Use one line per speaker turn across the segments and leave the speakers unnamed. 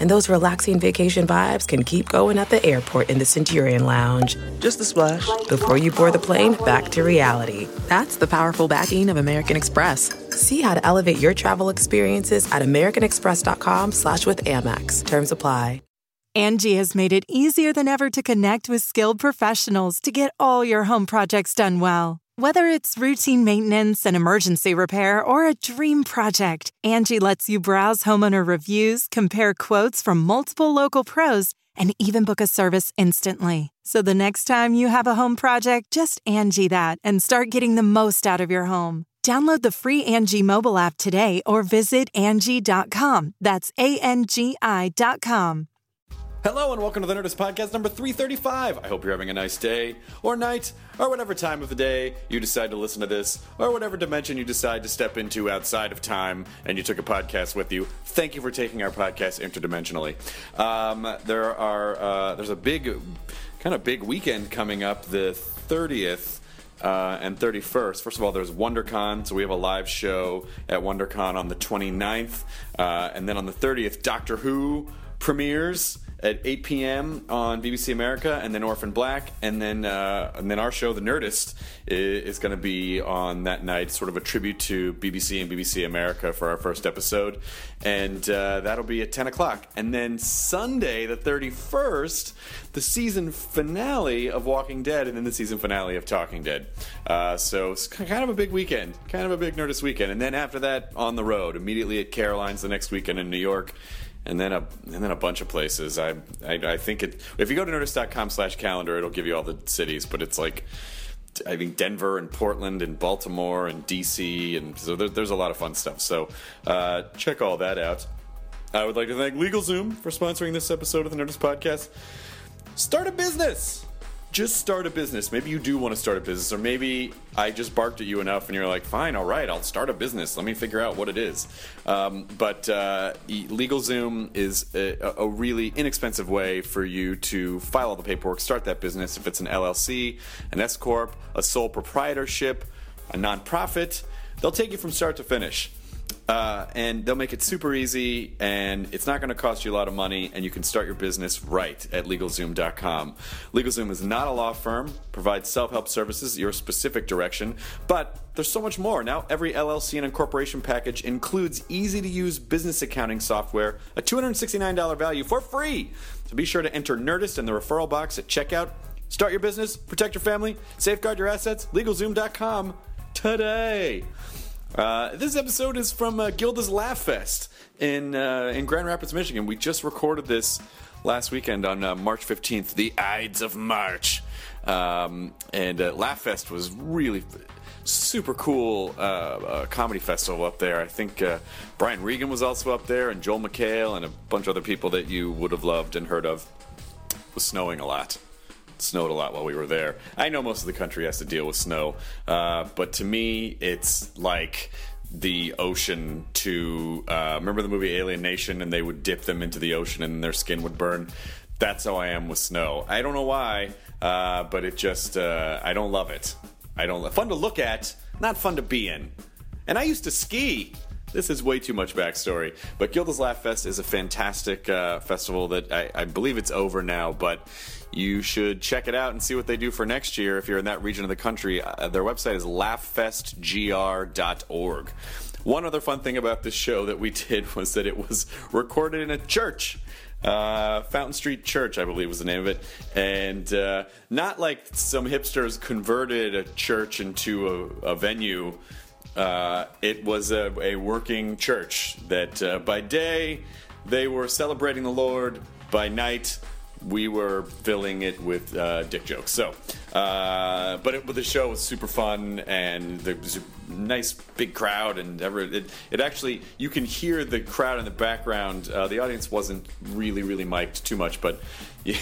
And those relaxing vacation vibes can keep going at the airport in the Centurion Lounge
Just a splash.
before you board the plane back to reality. That's the powerful backing of American Express. See how to elevate your travel experiences at americanexpress.com slash with Amex. Terms apply.
Angie has made it easier than ever to connect with skilled professionals to get all your home projects done well. Whether it's routine maintenance and emergency repair or a dream project, Angie lets you browse homeowner reviews, compare quotes from multiple local pros, and even book a service instantly. So the next time you have a home project, just Angie that and start getting the most out of your home. Download the free Angie mobile app today or visit Angie.com. That's A-N-G-I dot com.
Hello and welcome to the Nerdist Podcast number 335. I hope you're having a nice day, or night, or whatever time of the day you decide to listen to this, or whatever dimension you decide to step into outside of time and you took a podcast with you. Thank you for taking our podcast interdimensionally. Um, there are uh, there's a big, kind of big weekend coming up the 30th uh, and 31st. First of all, there's WonderCon, so we have a live show at WonderCon on the 29th, uh, and then on the 30th, Doctor Who premieres at 8 p.m. on BBC America, and then Orphan Black, and then uh, and then our show, The Nerdist, i- is going to be on that night, sort of a tribute to BBC and BBC America for our first episode, and uh, that'll be at 10 o'clock, and then Sunday, the 31st, the season finale of Walking Dead, and then the season finale of Talking Dead. Uh, so it's k- kind of a big weekend, kind of a big Nerdist weekend, and then after that, on the road, immediately at Caroline's the next weekend in New York and then a and then a bunch of places. I I, I think it if you go to nerdist.com slash calendar, it'll give you all the cities, but it's like I think Denver and Portland and Baltimore and DC and so there, there's a lot of fun stuff. So uh, check all that out. I would like to thank LegalZoom for sponsoring this episode of the Nerdist Podcast. Start a business. Just start a business. Maybe you do want to start a business, or maybe I just barked at you enough and you're like, fine, all right, I'll start a business. Let me figure out what it is. Um, but uh, e- LegalZoom is a, a really inexpensive way for you to file all the paperwork, start that business if it's an LLC, an S Corp, a sole proprietorship, a nonprofit. They'll take you from start to finish. Uh, and they'll make it super easy, and it's not going to cost you a lot of money, and you can start your business right at LegalZoom.com. LegalZoom is not a law firm, provides self help services, your specific direction, but there's so much more. Now, every LLC and incorporation package includes easy to use business accounting software, a $269 value for free. So be sure to enter Nerdist in the referral box at checkout. Start your business, protect your family, safeguard your assets, LegalZoom.com today. Uh, this episode is from uh, Gilda's Laugh Fest in uh, in Grand Rapids, Michigan. We just recorded this last weekend on uh, March fifteenth, the Ides of March, um, and uh, Laugh Fest was really super cool uh, uh, comedy festival up there. I think uh, Brian Regan was also up there, and Joel McHale, and a bunch of other people that you would have loved and heard of. It was snowing a lot snowed a lot while we were there. I know most of the country has to deal with snow, uh, but to me, it's like the ocean to uh, remember the movie Alien Nation, and they would dip them into the ocean, and their skin would burn. That's how I am with snow. I don't know why, uh, but it just uh, I don't love it. I don't fun to look at, not fun to be in. And I used to ski. This is way too much backstory. But Gilda's Laugh Fest is a fantastic uh, festival that I, I believe it's over now, but you should check it out and see what they do for next year if you're in that region of the country. Uh, their website is laughfestgr.org. One other fun thing about this show that we did was that it was recorded in a church. Uh, Fountain Street Church, I believe, was the name of it, and uh, not like some hipsters converted a church into a, a venue uh, it was a, a working church that uh, by day they were celebrating the Lord, by night we were filling it with uh, dick jokes. So, uh, but, it, but the show was super fun and there was a nice big crowd and every, it, it actually you can hear the crowd in the background. Uh, the audience wasn't really really mic'd too much, but you,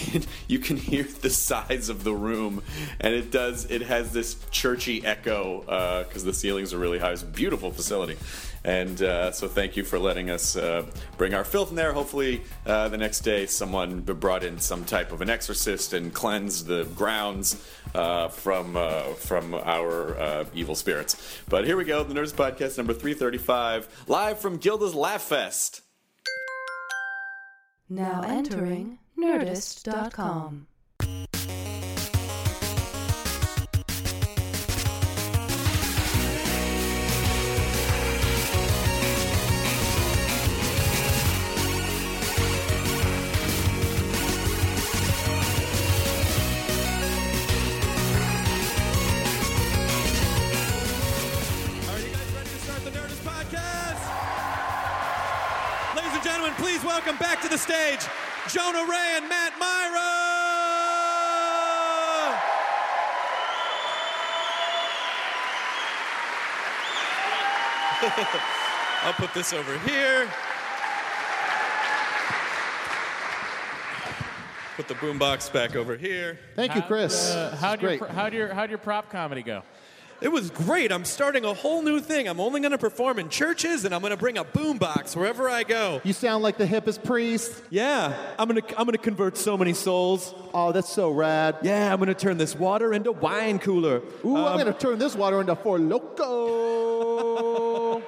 you can hear the size of the room and it
uh,
does it has this churchy echo because the ceilings are really high it's a beautiful facility
And uh, so thank you for letting us uh, bring our filth in there. Hopefully, uh, the next day someone brought in some type of an exorcist and cleansed the grounds uh, from uh, from our uh, evil spirits. But here we go, the Nerds Podcast number 335, live from Gilda's Laugh Fest.
Now entering Nerdist.com.
Are you guys ready to start the Nerdist Podcast? Ladies and gentlemen, please welcome back to the stage Jonah Ray and Matt Myra. I'll put this over here. Put the boombox back over here.
Thank you, Chris.
Uh,
This is
how'd,
great.
Your, how'd, your, how'd your prop comedy go?
It was great. I'm starting a whole new thing. I'm only going to perform in churches and I'm going to bring a boombox wherever I go.
you sound like the hippest priest.
Yeah, I'm gonna I'm gonna convert so many souls.
Oh, that's so rad.
Yeah, I'm gonna turn this water into wine cooler. Um,
Ooh, I'm gonna turn this water into four loco.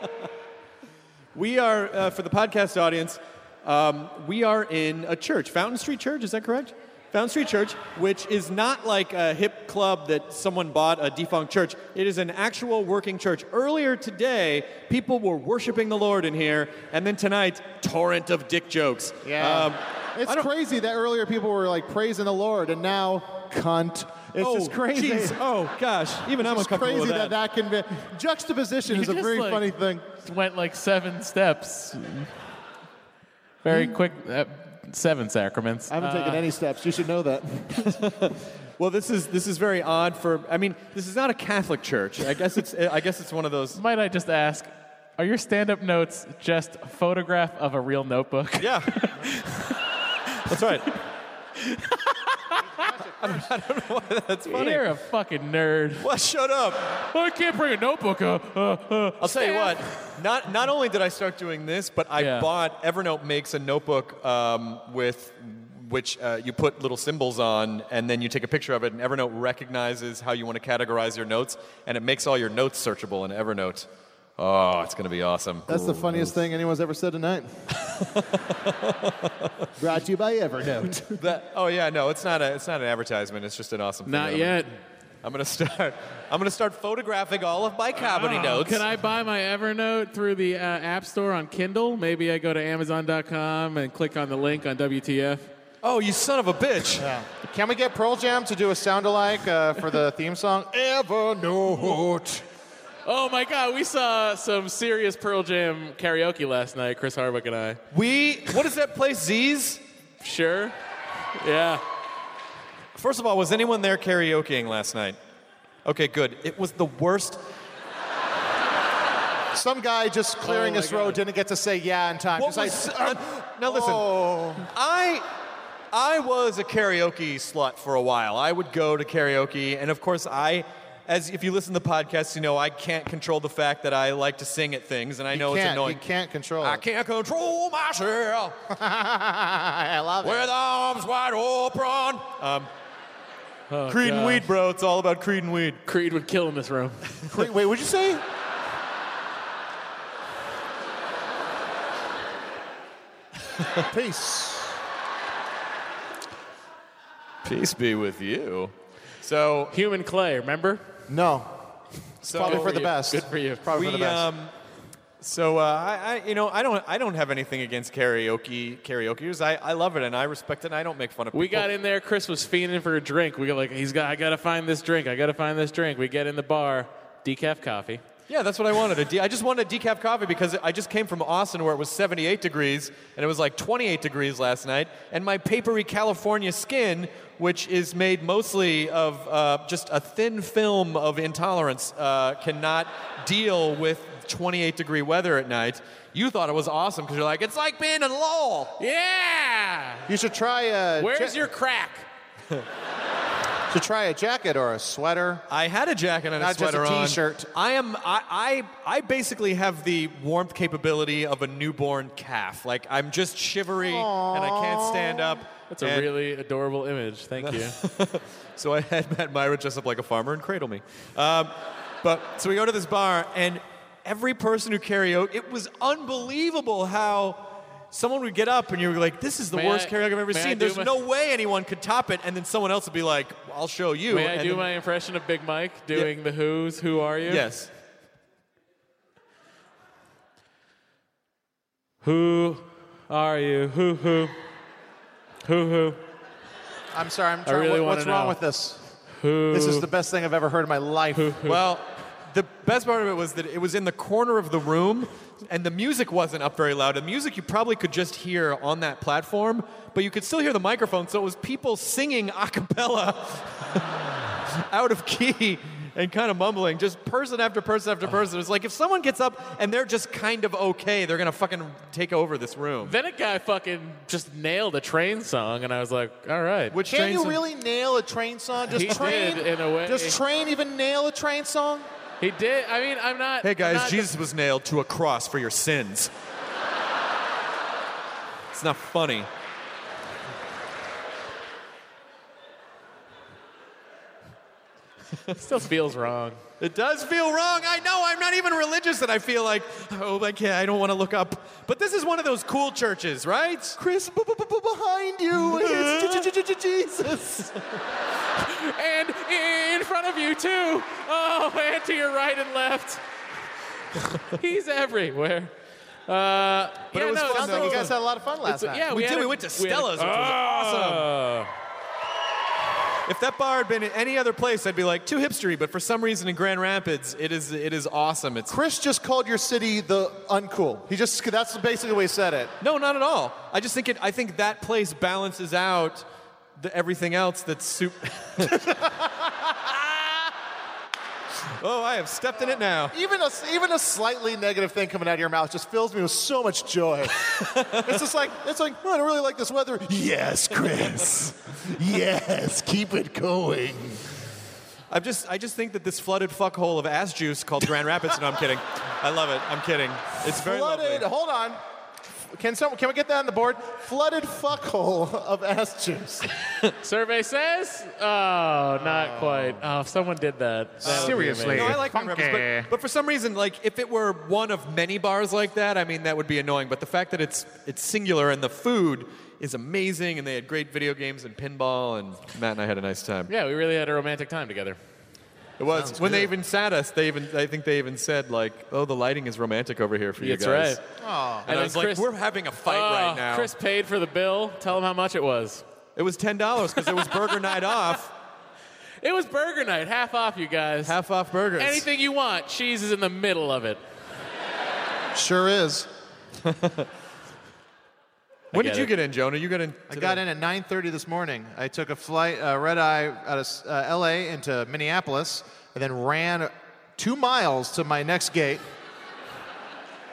We are uh, for the podcast audience. Um, we are in a church, Fountain Street Church. Is that correct? Fountain Street Church, which is not like a hip club that someone bought a defunct church. It is an actual working church. Earlier today, people were worshiping the Lord in here, and then tonight, torrent of dick jokes. Um,
Yeah. it's
I don't-
crazy that earlier people were like praising the Lord, and now cunt. It's
oh,
just crazy.
jeez. Oh gosh, even I'm
it's
uncomfortable
crazy
with
that. that can be juxtaposition
You
is a
just,
very
like-
funny thing.
Just went like seven steps. Very quick. Uh, seven sacraments. Uh,
I haven't
Uh,
taken any steps. You should know that.
Well, this is this is very odd for. I mean, this is not a Catholic church. I guess it's I guess it's one of those.
Might I just ask, are your stand-up notes just a photograph of a real notebook?
Yeah, that's right.
That's funny. You're a fucking nerd.
Well, shut up.
I can't bring a notebook. Uh, uh, uh.
I'll tell you what. Not not only did I start doing this, but I
Yeah.
bought Evernote makes a notebook um, with which uh, you put little symbols on, and then you take a picture of it, and Evernote recognizes how you want to categorize your notes, and it makes all your notes searchable in Evernote. Oh, it's gonna be awesome.
That's the funniest thing anyone's ever said tonight. Brought to you by Evernote.
That- oh yeah, no, it's not a it's not an advertisement. It's just an awesome. thing
Not
that I'm-
yet.
I'm gonna start. I'm gonna start photographing all of my comedy
Oh,
notes.
Can I buy my Evernote through the uh, App Store on Kindle? Maybe I go to Amazon.com and click on the link on WTF.
Oh, you son of a bitch!
Can we get Pearl Jam to do a sound alike uh, for the theme song? Evernote.
Oh my God, we saw some serious Pearl Jam karaoke last night, Chris Hardwick and I.
We what is that place? Z's.
Sure? Yeah.
First of all, was anyone there karaokeing last night? Okay, good. It was the worst.
Some guy just
Oh,
clearing
my
his road
God.
didn't get to say yeah in time.
What
Just like,
was- uh, now listen,
Oh.
I I was a karaoke slut for a while. I would go to karaoke, and of course, I as if you listen to the podcast, you know I can't control the fact that I like to sing at things, and I
You
know
can't-
it's annoying.
You can't control
I
it.
can't control myself
I love it.
Oh, with arms wide open. Um,
Oh,
Creed and
God.
weed, bro. It's all about Creed and weed.
Creed would kill in this room.
Wait, wait, what'd you say? Peace.
Peace be with you. So
Human clay, remember?
No,
so
probably for
for
the
you.
best.
Good for you.
Probably for the
We,
best.
Um, so uh, I, I, you know, I don't, I don't have anything against karaoke, karaokeers. I, I love it and I respect it. and I don't make fun of.
We
people.
got in there. Chris was fiending for a drink. We got like, he's got. I gotta find this drink. I gotta find this drink. We get in the bar, decaf coffee.
Yeah, that's what I wanted. A de- I just wanted a decaf coffee because I just came from Austin where it was 78 degrees and it was like 28 degrees last night. And my papery California skin, which is made mostly of uh, just a thin film of intolerance, uh, cannot deal with 28 degree weather at night. You thought it was awesome because you're like, it's like being in Lowell.
Yeah.
you should try. Uh,
Where's
Je-
your crack?
So try a jacket or a sweater.
I had a jacket and
Not
a
just a
sweater on.
t-shirt.
I am. I, I. I basically have the warmth capability of a newborn calf. Like I'm just shivery and I can't stand up.
That's a
And
really adorable image. Thank you.
So I had Matt Myra dress up like a farmer and cradle me. Um, but so we go to this bar, and every person who karaoke, it was unbelievable how someone would get up and you were like, "This is the
May
worst
I-
karaoke I've ever
may I
seen.
do
There's
my-
no way anyone could top it." And then someone else would be like, "I'll show you."
May
and
I do
then-
my impression of Big Mike doing the Who's Who Are You?
Yes.
Who are you? Who who? Who who?
I'm sorry. I'm trying,
really
what-
wanna
what's wrong
know.
with this?
Who?
This is the best thing I've ever heard in my life.
Well, the best part of it was that it was in the corner of the room, and the music wasn't up very loud. The music you probably could just hear on that platform, but you could still hear the microphone, so it was people singing a cappella out of key and kind of mumbling, just person after person after person. It's like if someone gets up and they're just kind of okay, they're gonna fucking take over this room.
Then a guy fucking just nailed a train song, and I was like, all right.
Which
Can you
trains-
really nail a train song? Does
He
train
did, in a way.
Does train even nail a train song?
He did. I mean, I'm not.
Hey
I'm
guys,
not
Jesus was nailed to a cross for your sins. it's not funny.
It still feels wrong.
It does feel wrong. I know. I'm not even religious, and I feel like, oh, I can't. I don't want to look up. But this is one of those cool churches, right? Uh-huh.
Chris, b- b- b- behind you, it's j- j- j- j- Jesus.
And in front of you, too. Oh, and to your right and left. He's everywhere. Uh, but
it was fun,
Sounds like you guys had a lot of fun last
It's a-
night.
yeah,
Uh, We
had
did.
a-
We went to
had a-
Stella's, which was
Oh.
Ah.
If that bar had been in any other place, I'd be like too hipstery. But for some reason, in Grand Rapids, it is it is awesome. It's
Chris just called your city the uncool. He just that's basically the way he said it.
no, not at all. I just think it. I think that place balances out the, everything else that's soup. oh, I have stepped in it now.
Even a, even a slightly negative thing coming out of your mouth just fills me with so much joy. it's just like it's like "Oh, I don't really like this weather. Yes, Chris. yes, keep it going.
I've just, I just think that this flooded fuckhole of ass juice called Grand Rapids. No, I'm kidding. I love it. I'm kidding. It's very
Flooded.
lovely.
Hold on. Can someone can we get that on the board? Flooded fuckhole of ass juice.
Survey says? Oh, not quite. Oh, if someone did that. that would be
Seriously.
No,
amazing.
I like Grand Rapids,
Funky.
but, but for some reason, like if it were one of many bars like that, I mean that would be annoying. But the fact that it's it's singular and the food is amazing, and they had great video games and pinball, and Matt and I had a nice time.
Yeah, we really had a romantic time together.
It was when they even sat us. They even I think they even said like, "Oh, the lighting is romantic over here for
That's
you guys."
right.
And, I
then
was like,
Chris-
"We're having a fight
Oh,
right now."
Chris paid for the bill. Tell him how much it was.
It was ten dollars because it was burger night off,
It was burger night, half off, you guys.
half off burgers.
Anything you want, cheese is in the middle of it.
Sure is.
When
get
did you
it.
get in, Jonah? You got in.
I
today.
got in at 9:30 this morning. I took a flight, uh, red eye out of uh, LA into Minneapolis, and then ran two miles to my next gate.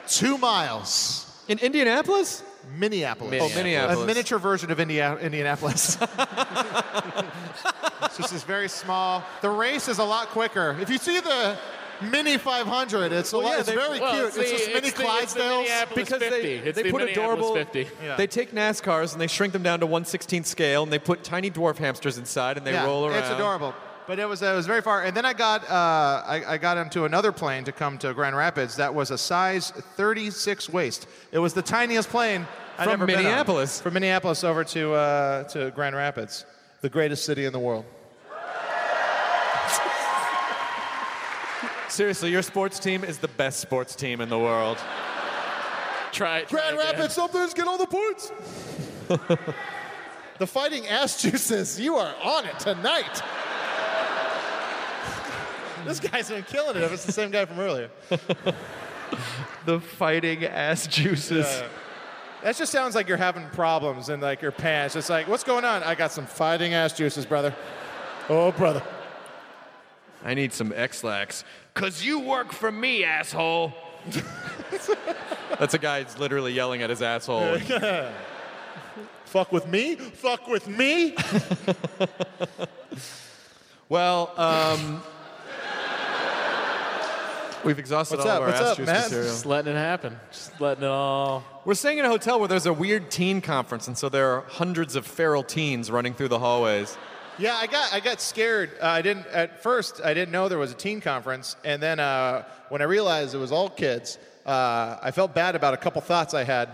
two miles,
in Indianapolis.
Minneapolis.
Minneapolis.
Oh, Minneapolis.
A miniature version of India- Indianapolis. it's just this very small. The race is a lot quicker. If you see the Mini 500, it's a lot.
yeah,
it's
they-
very
Well,
cute.
it's
It's,
the-
just
it's
mini
the- it's the
Clydesdales.
Minneapolis-
because
50.
they,
It's
they
the
put
Minneapolis
adorable
50.
they take nascars and they shrink them down to 116 scale and they put tiny dwarf hamsters inside and they
yeah,
roll around
It's adorable. But it was it was very far. And then I got uh, I, I got onto another plane to come to Grand Rapids that was a size 36 waist. It was the tiniest plane I'd
From
ever been on.
Minneapolis.
From Minneapolis over to uh, to Grand Rapids, the greatest city in the world.
seriously your sports team is the best sports team in the world
Try it.
Grand
try again.
Rapids up there's get all the points. the fighting ass juices, you are on it tonight. this guy's been killing it. If it's the same guy from earlier.
the fighting ass juices
That just sounds like you're having problems in like your pants. It's like, what's going on? I got some fighting ass juices, brother. Oh, brother.
i need some x-lax cause you work for me asshole that's a guy who's literally yelling at his asshole
Fuck with me? Fuck with me?
Well, um, we've exhausted
What's
all of
up?
our
What's up,
asterisk
Matt?
material.
Just letting it happen. Just letting it all.
We're staying in a hotel where there's a weird teen conference, and so there are hundreds of feral teens running through the hallways.
Yeah, I got I got scared. Uh, I didn't at first. I didn't know there was a teen conference, and then uh, when I realized it was all kids, uh, I felt bad about a couple thoughts I had.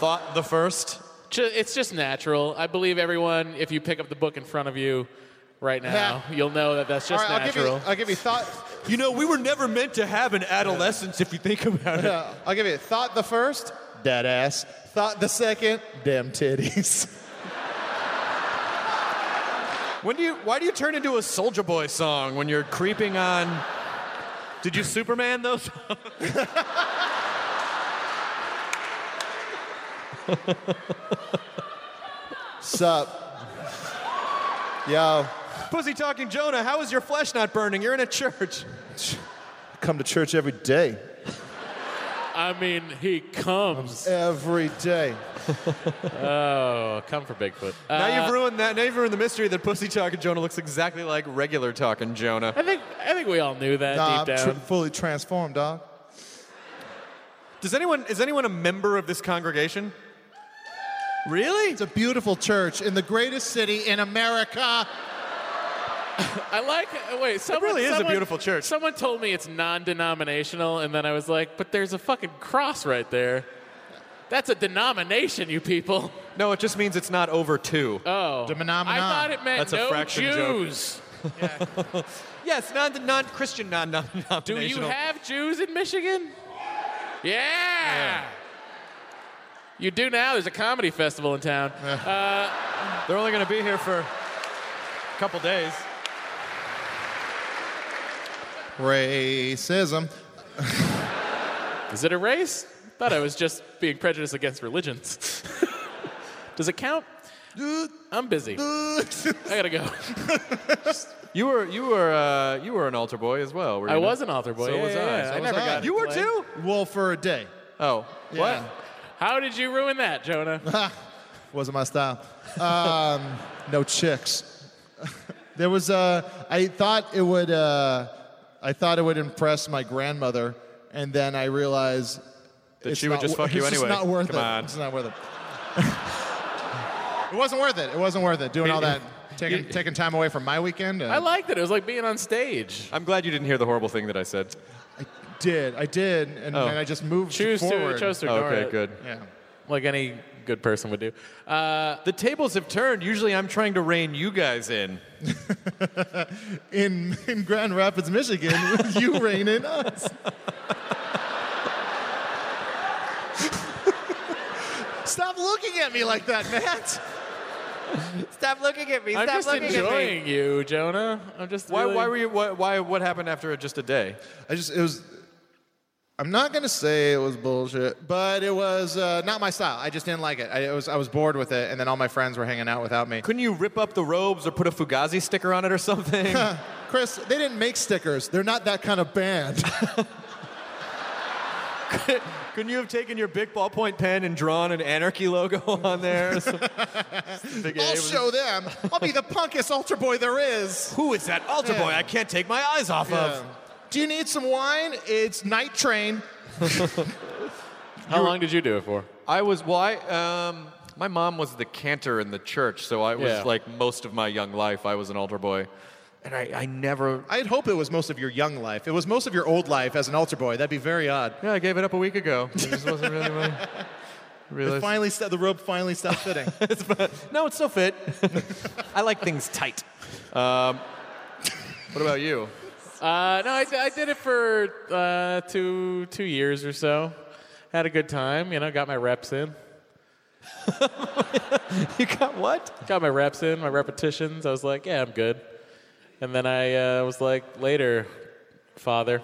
Thought the first.
Ju- It's just natural. I believe everyone. If you pick up the book in front of you right now, you'll know that that's just
all right,
natural.
I'll give you. I'll give you thought.
You know, we were never meant to have an adolescence if you think about it.
uh, I'll give you thought the first, dead ass. Thought the second, damn titties.
When do you why do you turn into a soldier boy song when you're creeping on Did you Superman those?
Sup? Yo,
Pussy talking Jonah, how is your flesh not burning? You're in a church.
come to church every day.
I mean, he comes.
Every day.
Oh, come for Bigfoot. Uh,
now you've ruined that. Now you've ruined the mystery that Pussy Talking Jonah looks exactly like regular Talking Jonah.
I think I think we all knew that
Nah, I'm
deep
tr-
down.
fully transformed, dog.
Does anyone is anyone a member of this congregation? Really?
It's a beautiful church in the greatest city in America.
I like. Oh, Wait, someone,
really is a
someone-
beautiful church.
Someone told me it's non-denominational, and then I was like, "But there's a fucking cross right there. That's a denomination, you people."
No, it just means it's not over two.
Oh,
Demonomina.
I thought it meant
That's a
no
fraction joke.
Jews.
yes, non non Christian non non
Do you have Jews in Michigan? Yeah. You do now. There's a comedy festival in town.
They're only going to be here for a couple days.
Racism.
Is it a race? Thought I was just being prejudiced against religions. Does it count? I'm busy. I gotta go.
You were you were uh, you were an altar boy as well. Were you
I
not?
was an altar boy.
So
yeah,
was
yeah,
I.
yeah.
So
I
was
never
I.
got.
You were
played.
too?
Well, for a day.
Oh,
Yeah.
what?
How did you ruin that, Jonah?
Wasn't my style. Um, no chicks. there was. Uh, I thought it would. Uh, I thought it would impress my grandmother, and then I realized
That
it's
she would
not
just
wor-
fuck you
it's
anyway.
Just not worth
Come
it.
on.
It's not worth it. it wasn't worth it. It wasn't worth it. Doing all that, taking taking time away from my weekend. and-
I liked it. It was like being on stage.
I'm glad you didn't hear the horrible thing that I said.
I did. I did, and,
Oh.
and I just moved
Choose
forward.
to chose to
Oh,
ignore
okay,
it,
good.
Yeah.
like any good person would do. Uh,
The tables have turned. Usually, I'm trying to rein you guys in.
In, in Grand Rapids, Michigan, you reign in us. Stop looking at me like that, Matt.
Stop looking at me.
I'm just enjoying you, Jonah. I'm just.
Why?
really-
Why were you? Why? why what happened after just a day?
I just it was. I'm not gonna say it was bullshit, but it was uh, not my style. I just didn't like it. I it was I was bored with it, and then all my friends were hanging out without me.
Couldn't you rip up the robes or put a Fugazi sticker on it or something?
Chris, they didn't make stickers. They're not that kind of band.
Couldn't you have taken your big ballpoint pen and drawn an anarchy logo on there?
I'll show them. I'll be the punkest altar boy there is.
Who is that altar boy? I can't take my eyes off
Yeah. Do you need some wine? It's Night Train.
How long did you do it for?
I was well. I um, my mom was the cantor in the church, so I was
Yeah.
like most of my young life. I was an altar boy, and I, I never.
I'd hope it was most of your young life. It was most of your old life as an altar boy. That'd be very odd.
Yeah, I gave it up a week ago. It just wasn't really my.
It
Realized.
finally, st- the rope finally stopped fitting.
no, it's still fit. I like things tight. Um, what about you?
Uh, no, I, I did it for uh, two two years or so. Had a good time, you know. Got my reps in.
You got what?
Got my reps in, my repetitions. I was like, yeah, I'm good. And then I uh, was like, later, father.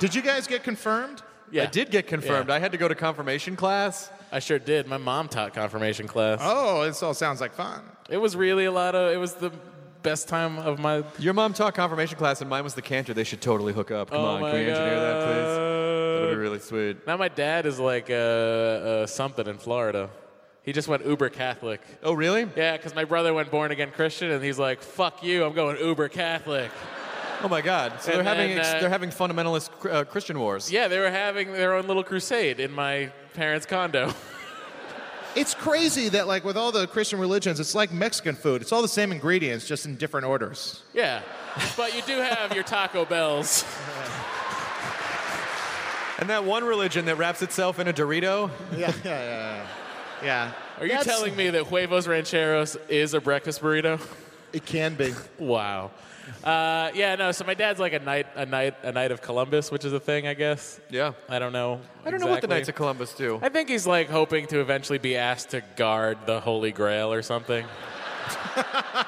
Did you guys get confirmed?
Yeah,
I did get confirmed.
Yeah.
I had to go to confirmation class.
I sure did. My mom taught confirmation class.
Oh, this all sounds like fun.
It was really a lot of. It was the best time of my.
Your mom taught confirmation class, and mine was the cantor. They should totally hook up. Come
oh
on,
my
can we engineer that, please?
God.
That'd be really sweet.
Now my dad is like uh, uh, something in Florida. He just went uber Catholic.
Oh, really?
Yeah, because my brother went born again Christian, and he's like, "Fuck you! I'm going uber Catholic."
Oh my God! So they're
And
having
then,
ex-
uh,
they're having fundamentalist cr- uh, Christian wars.
Yeah, they were having their own little crusade in my parents' condo.
It's crazy that like with all the Christian religions, it's like Mexican food. It's all the same ingredients, just in different orders.
yeah, but you do have your Taco Bells.
And that one religion that wraps itself in a Dorito.
yeah, yeah, yeah. Yeah.
Are you telling me that huevos rancheros is a breakfast burrito?
It can be.
wow. Uh, yeah, no. So my dad's like a knight, a knight, a knight of Columbus, which is a thing, I guess.
Yeah.
I don't know.
I don't know what the
exactly.
Knights of Columbus do.
I think he's like hoping to eventually be asked to guard the Holy Grail or something.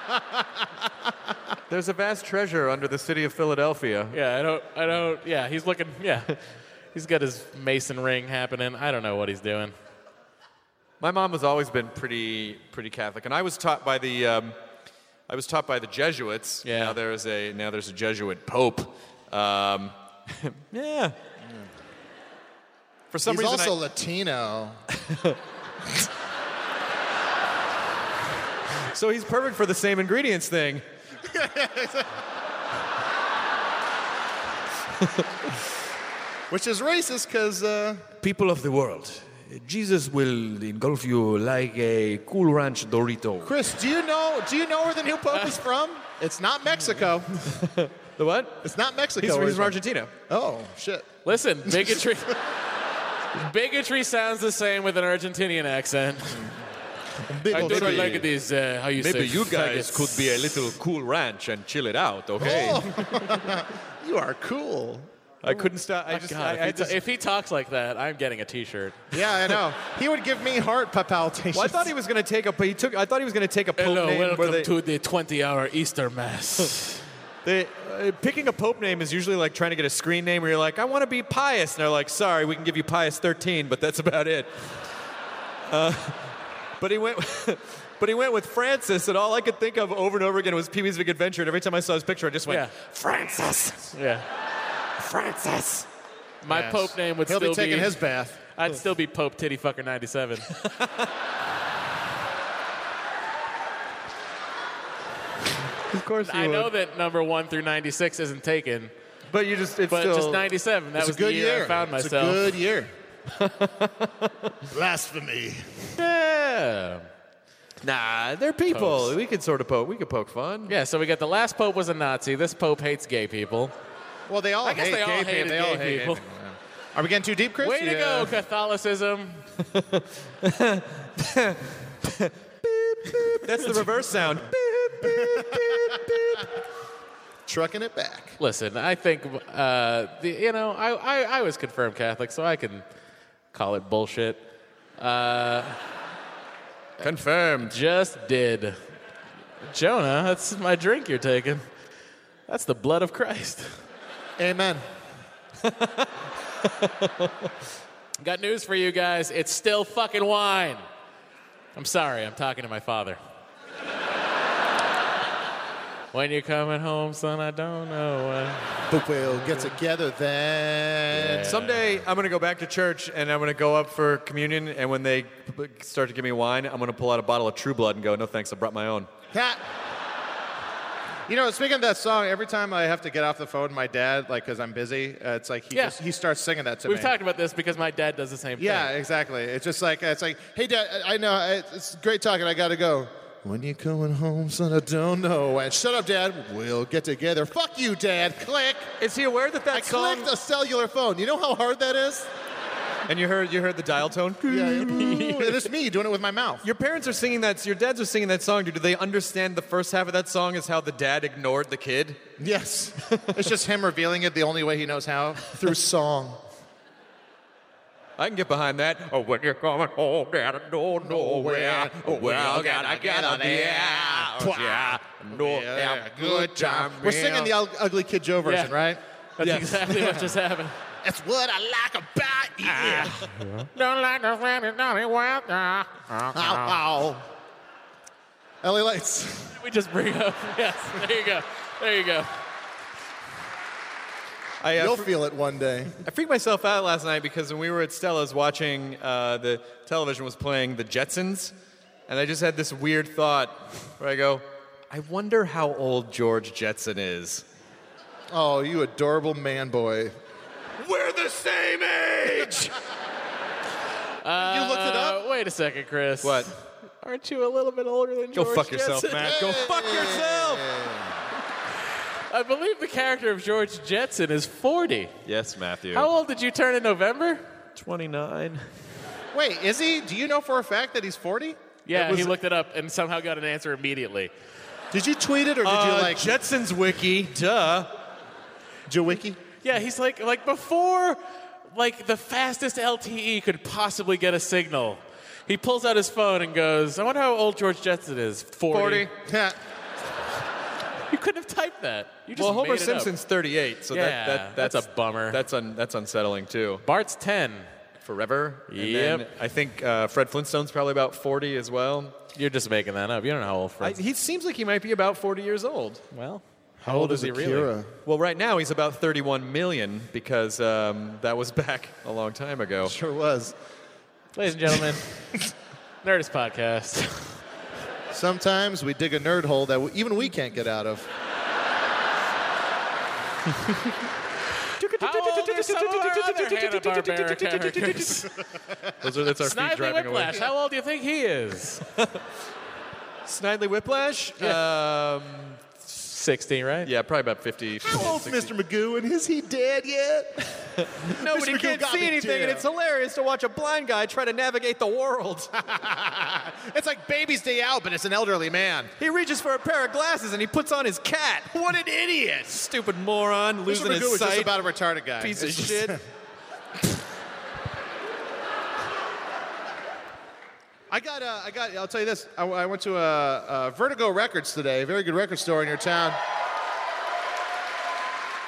There's a vast treasure under the city of Philadelphia.
Yeah, I don't, I don't. Yeah, he's looking. Yeah, he's got his mason ring happening. I don't know what he's doing.
My mom has always been pretty pretty Catholic, and I was taught by the um, I was taught by the Jesuits.
Yeah.
Now there is a now there's a Jesuit Pope. Um, yeah. For some
He's
reason,
also
I,
Latino.
so he's perfect for the same ingredients thing.
Which is racist because uh,
People of the world, Jesus will engulf you like a Cool Ranch Dorito.
Chris, do you know do you know where the new Pope is from? It's not Mexico.
The what?
It's not Mexico.
He's,
where
he's from Argentina.
Oh shit.
Listen, bigotry. bigotry sounds the same with an Argentinian accent.
Big
I
old
don't
tree.
like these. Uh, how you say?
Maybe you guys
faggots. Oh.
could be a little cool ranch and chill it out, okay?
Oh.
You are cool.
I couldn't stop. I just,
God, if,
I, I
he ta-
just
if he talks like that, I'm getting a T-shirt.
Yeah, I know. He would give me heart pa- palpitations.
well, I thought he was going to take a. He took. I thought he was going to take a pope
Hello,
name. where
welcome
they-
to the 20-hour Easter Mass.
They, uh, picking a pope name is usually like trying to get a screen name where you're like, I want to be pious, and they're like, sorry, we can give you pious 13, but that's about it. Uh, but he went. But he went with Francis, and all I could think of over and over again was Pee Wee's Big Adventure. And every time I saw his picture, I just went,
Yeah.
Francis,
yeah.
Francis.
My
Yes.
Pope name would
He'll
still
be taking his bath.
I'd still be Pope Titty Fucker 97.
Of course,
I know that number one through 96 isn't taken,
But you just, it's
but
still.
just 97. That
It's
was
a good
the year, I found
it's
myself.
a good year. Blasphemy.
yeah.
nah, they're people.
Popes.
We could sort of poke. We could poke fun.
Yeah, so we got the last Pope was a Nazi. This Pope hates gay people.
Well, they all
I guess
hate
they all
gay
hated
people. They all
gay
hate
people.
it. Are we getting too deep, Chris?
Way to
Yeah.
go, Catholicism.
That's the reverse sound.
Trucking it back.
Listen, I think, uh, the, you know, I, I, I was confirmed Catholic, so I can call it bullshit. Uh,
Confirmed.
Just did. Jonah, that's my drink you're taking. That's the blood of Christ.
Amen.
Got news for you guys. It's still fucking wine. I'm sorry, I'm talking to my father. when you're coming home, son, I don't know. when.
But we'll get together then.
Someday I'm gonna go back to church and I'm gonna go up for communion. And when they p- start to give me wine, I'm gonna pull out a bottle of True Blood and go, "No thanks, I brought my own."
That- You know, speaking of that song, every time I have to get off the phone, my dad, like, because I'm busy, uh, it's like he
Yeah.
just he starts singing that to
We've
me.
talked about this because my dad does the same
yeah,
thing.
exactly. It's just like it's like, hey, dad, uh, I- I know I- it's great talking. I gotta go. When you coming home, son? I don't know. And shut up, dad. We'll get together. Fuck you, dad. Click.
Is he aware that that
I
song?
clicked a cellular phone. You know how hard that is?
and you heard you heard the dial tone.
Yeah. and it's me doing it with my mouth.
Your parents are singing that. Your dads are singing that song. dude. Do they understand the first half of that song is how the dad ignored the kid?
Yes. it's just him revealing it the only way he knows how through song.
I can get behind that. Oh, when you're coming home, dad, I don't know where. Oh, well, gotta get on the air.
Ah,
Yeah, no, have a good time.
We're singing the Ug- Ugly Kid Joe version,
Yeah.
right?
That's exactly what just happened.
That's what I like about you.
Ah. Don't like the rain, it's not a weather.
Ow, ow. LA Lights.
We just bring up. Yes, there you go. There you go.
I, uh,
You'll
fr-
feel it one day.
I freaked myself out last night because when we were at Stella's watching, uh, the television was playing The Jetsons, and I just had this weird thought where I go, I wonder how old George Jetson is.
Oh, you adorable man boy.
We're the same age!
you looked it up?
Uh, wait a second, Chris.
What?
Aren't you a little bit older than
Go
George
fuck yourself,
Jetson?
Matt. Go fuck yourself.
I believe the character of George Jetson is 40.
Yes, Matthew.
How old did you turn in November?
29.
Wait, is he? Do you know for a fact that he's 40?
Yeah,
It was-
he looked it up and somehow got an answer immediately.
Did you tweet it or did
Uh,
you like
Jetson's wiki, duh.
Jawiki?
Yeah, he's like like before like the fastest LTE could possibly get a signal. He pulls out his phone and goes, "I wonder how old George Jetson is." 40.
Yeah.
You couldn't have typed that. You just
Well,
made
Homer
it up.
Simpson's 38, so
Yeah,
that, that,
that's a bummer.
That's un, that's unsettling too.
Bart's 10.
Forever. And
Yep.
then I think uh, Fred Flintstone's probably about 40 as well.
You're just making that up. You don't know how old
I,
Fred.
he seems like he might be about 40 years old.
well,
How old is he really?
Well, right now he's about 31 million because um, that was back a long time ago.
Sure was.
ladies and gentlemen, Nerdist podcast.
Sometimes we dig a nerd hole that we, even we can't get out of.
How old are some of our other Hanna-Barbera characters?
Those are, that's our feet
Snidely
driving
Whiplash.
away.
How old do you think he is?
Snidely Whiplash? Um,
60, right?
yeah, probably about 50.
Magoo, and is he dead yet?
No, but he
Mr.
can't
Gugami
see anything, and
dear.
it's hilarious to watch a blind guy try to navigate the world.
It's like Baby's Day Out, but it's an elderly man.
He reaches for a pair of glasses and he puts on his cat.
What an idiot!
Stupid moron,
Mr.
losing
Magoo
his
was just
sight.
about a retarded guy.
piece of
It's just-
shit.
I got, uh, I got. I'll tell you this. I, I went to uh, uh, Vertigo Records today, a very good record store in your town,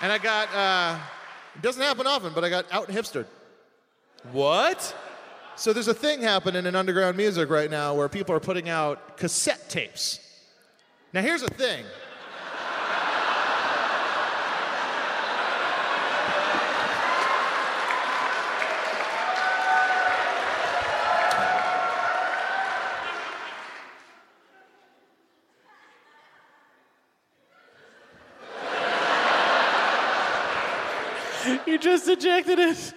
and I got. Uh, it doesn't happen often, but I got out and hipstered.
what?
So there's a thing happening in underground music right now where people are putting out cassette tapes. Now here's the thing.
You just ejected it.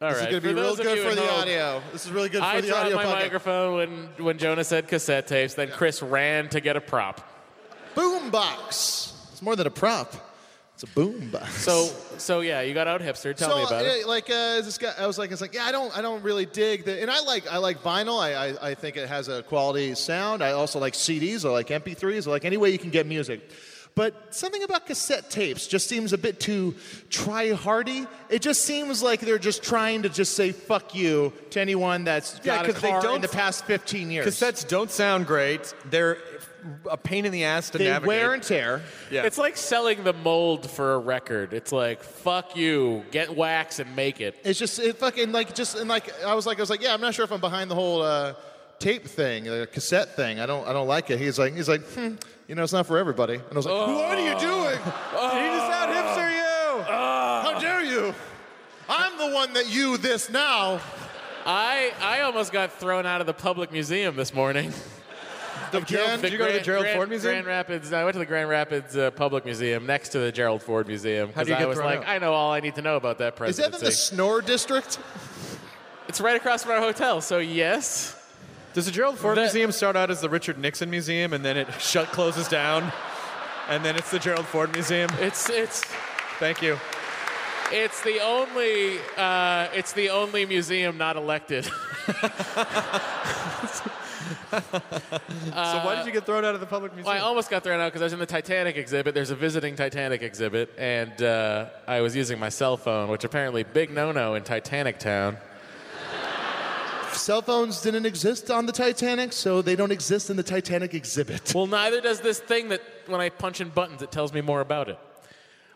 All right,
This is going to be
for
real
those of
good
you
for
at
the
home,
audio. This is really good for
I
the audio
dropped my
podcast.
microphone when, when Jonah said cassette tapes. Then Chris ran to get a prop.
Boombox. It's more than a prop. It's a boombox.
So, so yeah, you got out hipster. Tell
so,
me about it.
uh, Like uh, this guy, I was like, it's like, yeah, I don't, I don't really dig the, and I like, I like vinyl. I, I, I think it has a quality sound. I also like CDs. I like MP3s. I like any way you can get music. But something about cassette tapes just seems a bit too try hardy. It just seems like they're just trying to just say fuck you to anyone that's
Yeah,
got a
'cause they
car
don't-
in the past 15 years.
Cassettes don't sound great. They're a pain in the ass to
they
navigate.
wear and tear.
yeah.
It's like selling the mold for a record. It's like fuck you, get wax and make it.
It's just it fucking like just and like I was like I was like yeah I'm not sure if I'm behind the whole uh, tape thing the cassette thing I don't I don't like it he's like he's like hmm, you know it's not for everybody and I was like what are
Oh.
you doing
he just out hipster you.
Ah.
how dare you I'm the one that you this now
I I almost got thrown out of the public museum this morning.
again
The
you go to the Gerald
Grand-
Ford Museum?
Grand Rapids. I went to the Grand Rapids uh, Public Museum next to the Gerald Ford Museum
How'd
because
you
I
get
was
thrown
like,
out?
I know all I need to know about that
is
presidency.
that in the snore district
it's right across from our hotel, so yes.
Does the Gerald Ford
The-
Museum start out as the Richard Nixon Museum and then it shut closes down? And then it's the Gerald Ford Museum.
It's it's
Thank you.
it's the only uh, it's the only museum not elected.
so why did you get thrown out of the public museum?
uh, Well, I almost got thrown out because I was in the Titanic exhibit. There's a visiting Titanic exhibit, and uh, I was using my cell phone, which apparently big no-no in Titanic Town.
cell phones didn't exist on the Titanic so they don't exist in the Titanic exhibit
Well, neither does this thing that when I punch in buttons, it tells me more about it.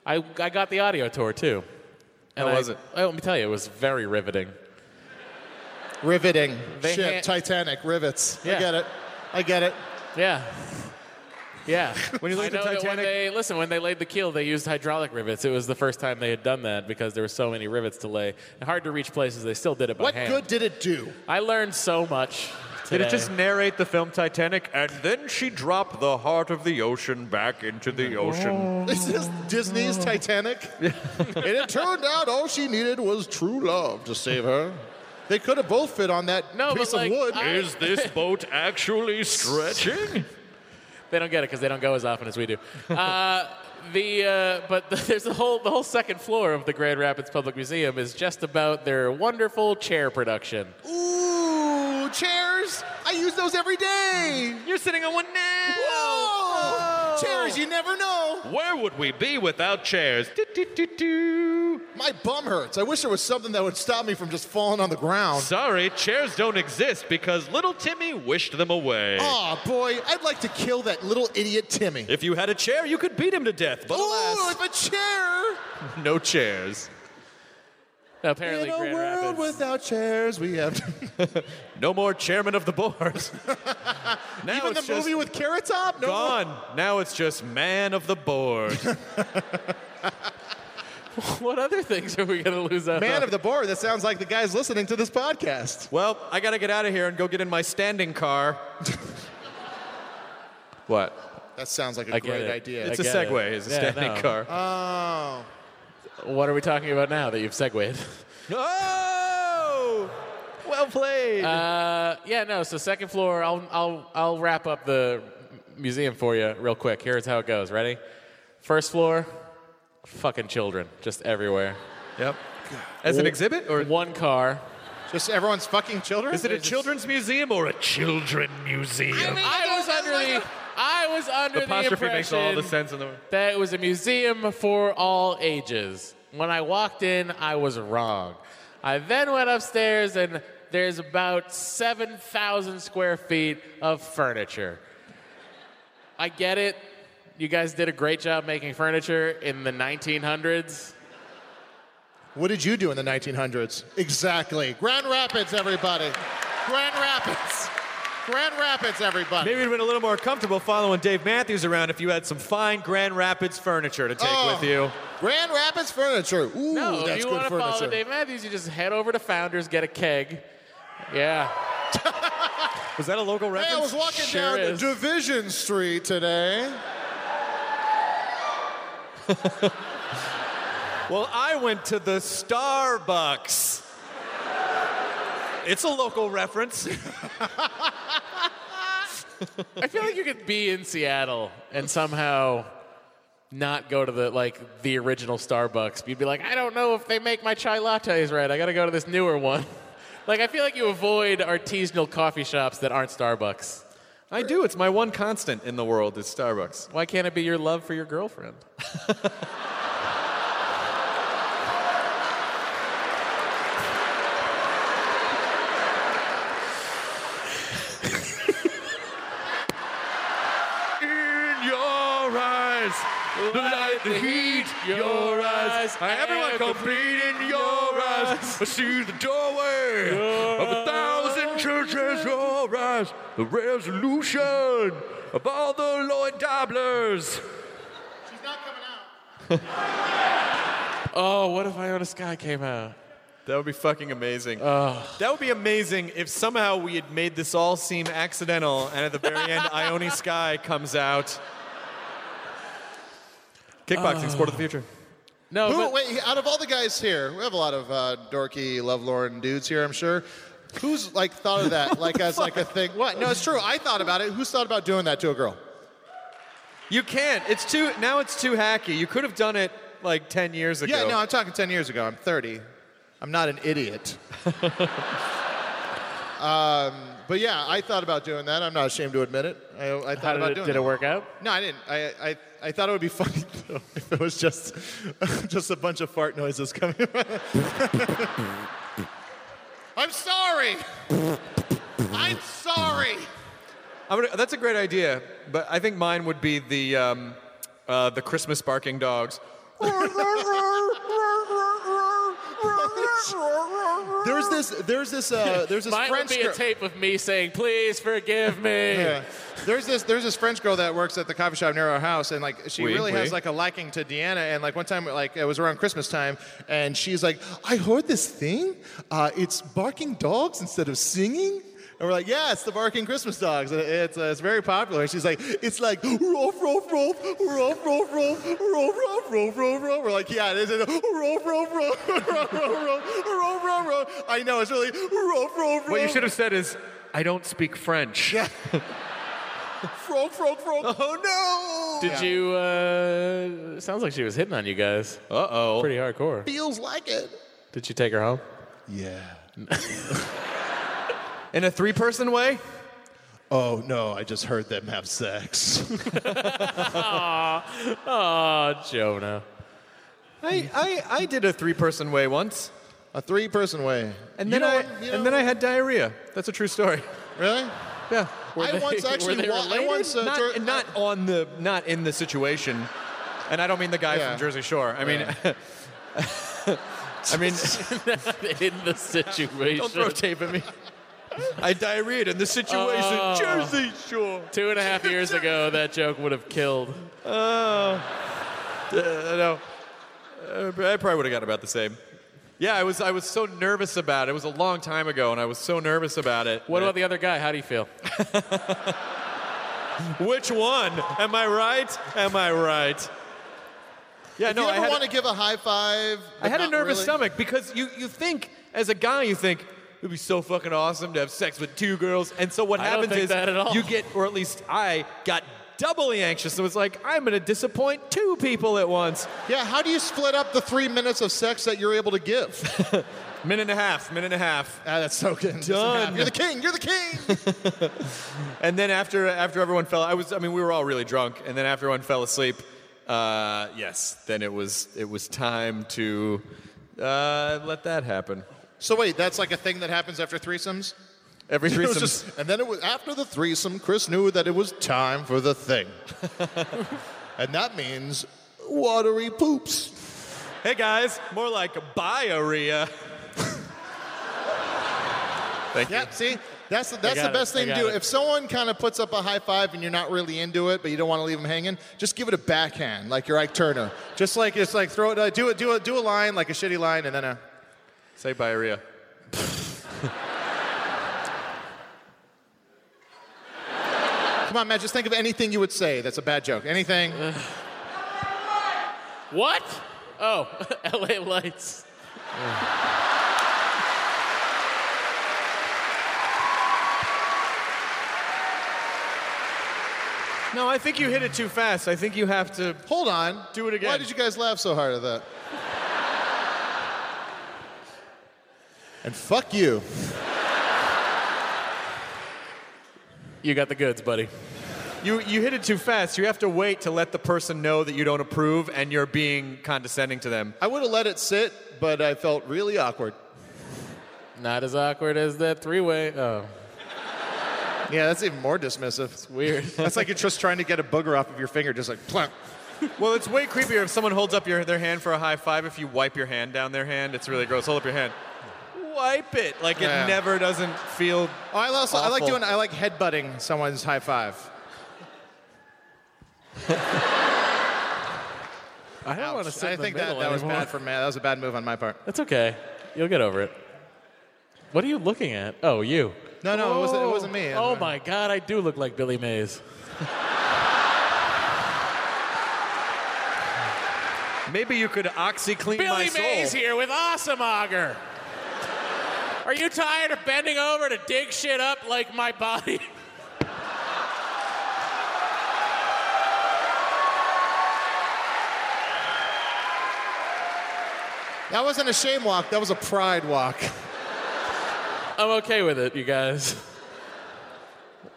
I, I got the audio tour too. And
How
I-
was it?
I, let me tell you, it was very riveting.
riveting
They
shit
ha-
Titanic rivets I
Yeah.
get it I get it
Yeah. Yeah.
When you look
I
at the
know that when
Titanic-
they- listen, when they laid the keel, they used hydraulic rivets. It was the first time they had done that because there were so many rivets to lay. And hard to reach places, they still did it by
What
hand.
good did it do?
I learned so much.
Did
Today.
it just narrate the film Titanic? And then she dropped the heart of the ocean back into the ocean.
Is this Disney's
Oh.
Titanic? and it turned out all she needed was true love to save her. They could have both fit on that
No, but,
piece
like,
of wood.
I- Is
this boat actually stretching?
They don't get it because they don't go as often as we do. Uh, the uh, but there's the whole the whole second floor of the Grand Rapids Public Museum is just about their wonderful chair production.
Ooh, chairs! I use those every day.
You're sitting on one now.
Whoa! Chairs, you never know.
Where would we be without chairs? Do, do, do, do.
My bum hurts. I wish there was something that would stop me from just falling on the ground.
Sorry, chairs don't exist because little Timmy wished them away.
Aw, boy, I'd like to kill that little idiot Timmy.
If you had a chair, you could beat him to death. But
Ooh,
alas,
if a chair!
no chairs.
Now, apparently,
In a
Grand Rapids.
world without chairs, we have.
No more chairman of the board. now
Even the
it's just
movie with Carrot Top? No more-
gone. Now it's just man of the board.
what other things are we going to lose out
Man
on?
of the board, that sounds like the guys listening to this podcast.
well, I gotta get out of here and go get in my standing car. what?
That sounds like a
I get
great
it.
idea.
It's
I
a
get it.
Segway. It's a
Yeah,
standing
no.
car.
Oh.
what are we talking about now that you've segued?
oh, well played.
Uh, yeah, no. So second floor. I'll I'll I'll wrap up the museum for you real quick. Here's how it goes. Ready? First floor. Fucking children, just everywhere.
yep. As an exhibit, or
One car.
Just everyone's fucking children?
is it a children's museum or a children museum?
I was under the. I was under
the
the,
apostrophe
impression
makes all the sense in the world.
that it was a museum for all ages. When I walked in, I was wrong. I then went upstairs, and there's about 7,000 square feet of furniture. I get it. You guys did a great job making furniture in the 1900s.
What did you do in the 1900s? Exactly. Grand Rapids, everybody. Grand Rapids. Grand Rapids, everybody.
Maybe it'd been a little more comfortable following Dave Matthews around if you had some fine Grand Rapids furniture to take
Oh.
with you.
Grand Rapids furniture. Ooh,
no, if
that's
you
good
want to
furniture.
follow Dave Matthews, you just head over to Founders, get a keg. Yeah.
Was that a local
Hey,
reference?
I was walking
Sure
down
is.
Division Street today.
Well, I went to the Starbucks. It's a local reference.
I feel like you could be in Seattle and somehow not go to the like the original Starbucks. You'd be like, I don't know if they make my chai lattes right. I got to go to this newer one. Like I feel like you avoid artisanal coffee shops that aren't Starbucks.
I do. It's my one constant in the world is Starbucks.
Why can't it be your love for your girlfriend?
In your eyes, light the heat, your eyes. Everyone complete in your eyes. I see the doorway of a thousand churches, your eyes. The resolution of all the Lloyd Dobblers.
She's not coming out.
Oh, what if Iona Sky came out?
That would be fucking amazing. that would be amazing if somehow we had made this all seem accidental and at the very end, Ione Sky comes out. Kickboxing, sport of the future.
No,
Who,
but
wait, out of all the guys here, we have a lot of uh, dorky, lovelorn dudes here, I'm sure. Who's like thought of that, like as like a thing? What? No, it's true. I thought about it. Who's thought about doing that to a girl?
You can't. It's too, now it's too hacky. You could have done it like 10 years ago.
Yeah, no, I'm talking 10 years ago. I'm 30. I'm not an idiot. um, but yeah, I thought about doing that. I'm not ashamed to admit it. I, I thought
how
about
did it,
doing
did
that.
it work out?
No, I didn't. I, I, I thought it would be funny though, if it was just just a bunch of fart noises coming. I'm sorry. I'm sorry.
I'm gonna, that's a great idea, but I think mine would be the, um, uh, the Christmas barking dogs.
There's this. There's this. Uh, there's this
Mine
French
would be
girl.
a tape of me saying, "Please forgive me."
Yeah. There's this there's this French girl that works at the coffee shop near our house, and like she
Oui,
really
oui.
has like a liking to Deanna. And like one time, like it was around Christmas time, and she's like, "I heard this thing. Uh, it's barking dogs instead of singing." And we're like, "Yeah, it's the barking Christmas dogs. and It's uh, it's very popular." And she's like, "It's like roar roar roar roar roar roar roar roar roar roar roar." We're like, "Yeah, it is. Roar roar roar roar roar roar roar roar roar." I know it's really roar roar roar.
What you should have said is, I don't speak French.
roar roar roar.
Oh
Did you? Uh, sounds like she was hitting on you guys.
no! Uh oh.
Pretty hardcore.
Feels like it.
Did you take her home?
Yeah.
In a three person way?
Oh no, I just heard them have sex.
Oh, Jonah.
I, I, I did a three person way once.
a three person way.
And then,
you know
I,
what-
and
you know-
then I had diarrhea. That's a true story.
really.
Yeah.
I once actually
they
wa- I
related?
once uh,
not,
tur-
not on the not in the situation. And I don't mean the guy
Yeah.
from Jersey Shore. I mean I mean
In the situation.
don't throw tape at me. I diarrheaed in the situation Jersey Shore.
Oh. Two and a half years ago, that joke would have killed.
Oh. Uh, no. Uh, I probably would have got about the same. Yeah, I was I was so nervous about it. It was a long time ago and I was so nervous about it.
What about the other guy? How do you feel?
Which one? Am I right? Am I right? Yeah,
If
no,
you
I
ever
had
want to give a high five?
I
but
had a
not
nervous
really-
stomach because you, you think as a guy you think it'd be so fucking awesome to have sex with two girls, and so what
I don't
happens
think
is
that at all.
you get, or at least I got doubly anxious. It was like I'm gonna disappoint two people at once.
Yeah, how do you split up the three minutes of sex that you're able to give?
Minute and a half, minute and a half,
ah, that's so good.
Done.
You're the king. You're the king.
and then after after everyone fell, I was I mean we were all really drunk, and then after everyone fell asleep, uh, yes, then it was it was time to uh, let that happen.
so wait, that's like a thing that happens after threesomes.
Every
It was
threesome.
just- and then it was after the threesome. Chris knew that it was time for the thing, and that means watery poops.
Hey guys, more like biorrhea. Thank
Yeah, see, that's that's
got
the
it.
best
They
thing to
got
do.
it.
If someone kind of puts up a high five and you're not really into it, but you don't want to leave them hanging, just give it a backhand, like you're Ike Turner. Just like just like throw it, uh, do it, do it, do a line like a shitty line, and then a.
Say biorrhea.
Come on, Matt, just think of anything you would say that's a bad joke. Anything.
What? Oh, LA Lights.
No, I think you hit it too fast. I think you have to.
Hold on.
Do it again.
Why did you guys laugh so hard at that? and fuck you.
You got the goods, buddy.
You you hit it too fast. You have to wait to let the person know that you don't approve and you're being condescending to them.
I would have let it sit, but I felt really awkward.
Not as awkward as that three way. Oh,
Yeah, that's even more dismissive.
weird.
That's like you're just trying to get a booger off of your finger, just like plunk.
Well, it's way creepier if someone holds up your, their hand for a high five. If you wipe your hand down their hand, it's really gross. Hold up your hand. Wipe it. Like it
Yeah.
never doesn't feel.
Oh, I, also, I like
Awful.
doing. I like headbutting someone's high five.
I don't want to
Ouch.
sit
I
in the
think that,
middle
that was
anymore.
bad for me. That was a bad move on my part.
That's okay. You'll get over it. What are you looking at? Oh, you.
No, no, it wasn't. It wasn't me.
Oh my God, I do look like Billy Mays.
Maybe you could oxyclean my
Billy
soul.
Mays here with Awesome Auger. Are you tired of bending over to dig shit up like my body?
That wasn't a shame walk. That was a pride walk.
I'm okay with it, you guys.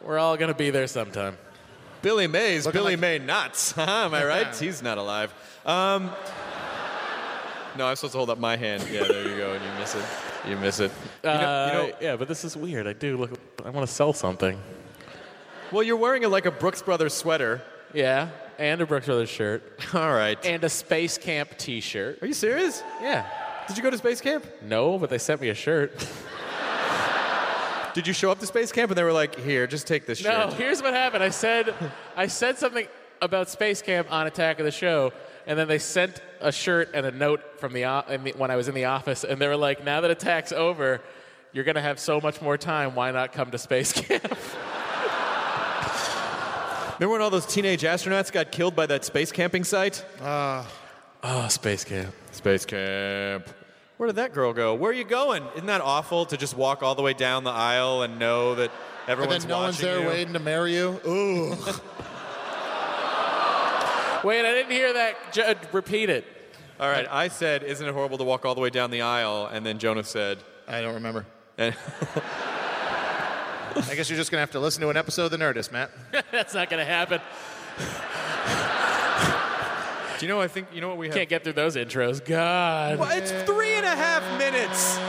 We're all gonna be there sometime.
Billy Mays,
Looking
Billy
like-
May Knotts. Haha, Am I right? He's not alive. Um, no, I'm supposed to hold up my hand. Yeah, there you go, and you miss it. You miss it. You know- you
Uh,
know-
yeah, but this is weird. I do look. I want to sell something.
well, you're wearing a, like a Brooks Brothers sweater.
Yeah, and a Brooks Brothers shirt,
All right.
and a Space Camp T-shirt.
Are you serious?
Yeah.
Did you go to space camp?
No, but they sent me a shirt.
Did you show up to space camp and they were like, "Here, just take this
No,
shirt."
here's what happened. I said, I said something about space camp on Attack of the Show, and then they sent a shirt and a note from the, o- in the when I was in the office, and they were like, "Now that Attack's over, you're gonna have so much more time. Why not come to space camp?"
Remember when all those teenage astronauts got killed by that space camping site?
Ah.
oh, space camp.
Space camp. Where did that girl go? Where are you going? Isn't that awful to just walk all the way down the aisle and know that
And
everyone's
then no
watching
one's there
you?
waiting to marry you. Ooh.
Wait, I didn't hear that. Ju- repeat it.
All right, I said, "Isn't it horrible to walk all the way down the aisle?" And then Jonah said,
I don't remember.
and
I guess you're just gonna have to listen to an episode of The Nerdist, Matt.
That's not gonna happen.
"Do you know? I think you know what we have."
Can't get through those intros. God.
Well, it's three and a half minutes.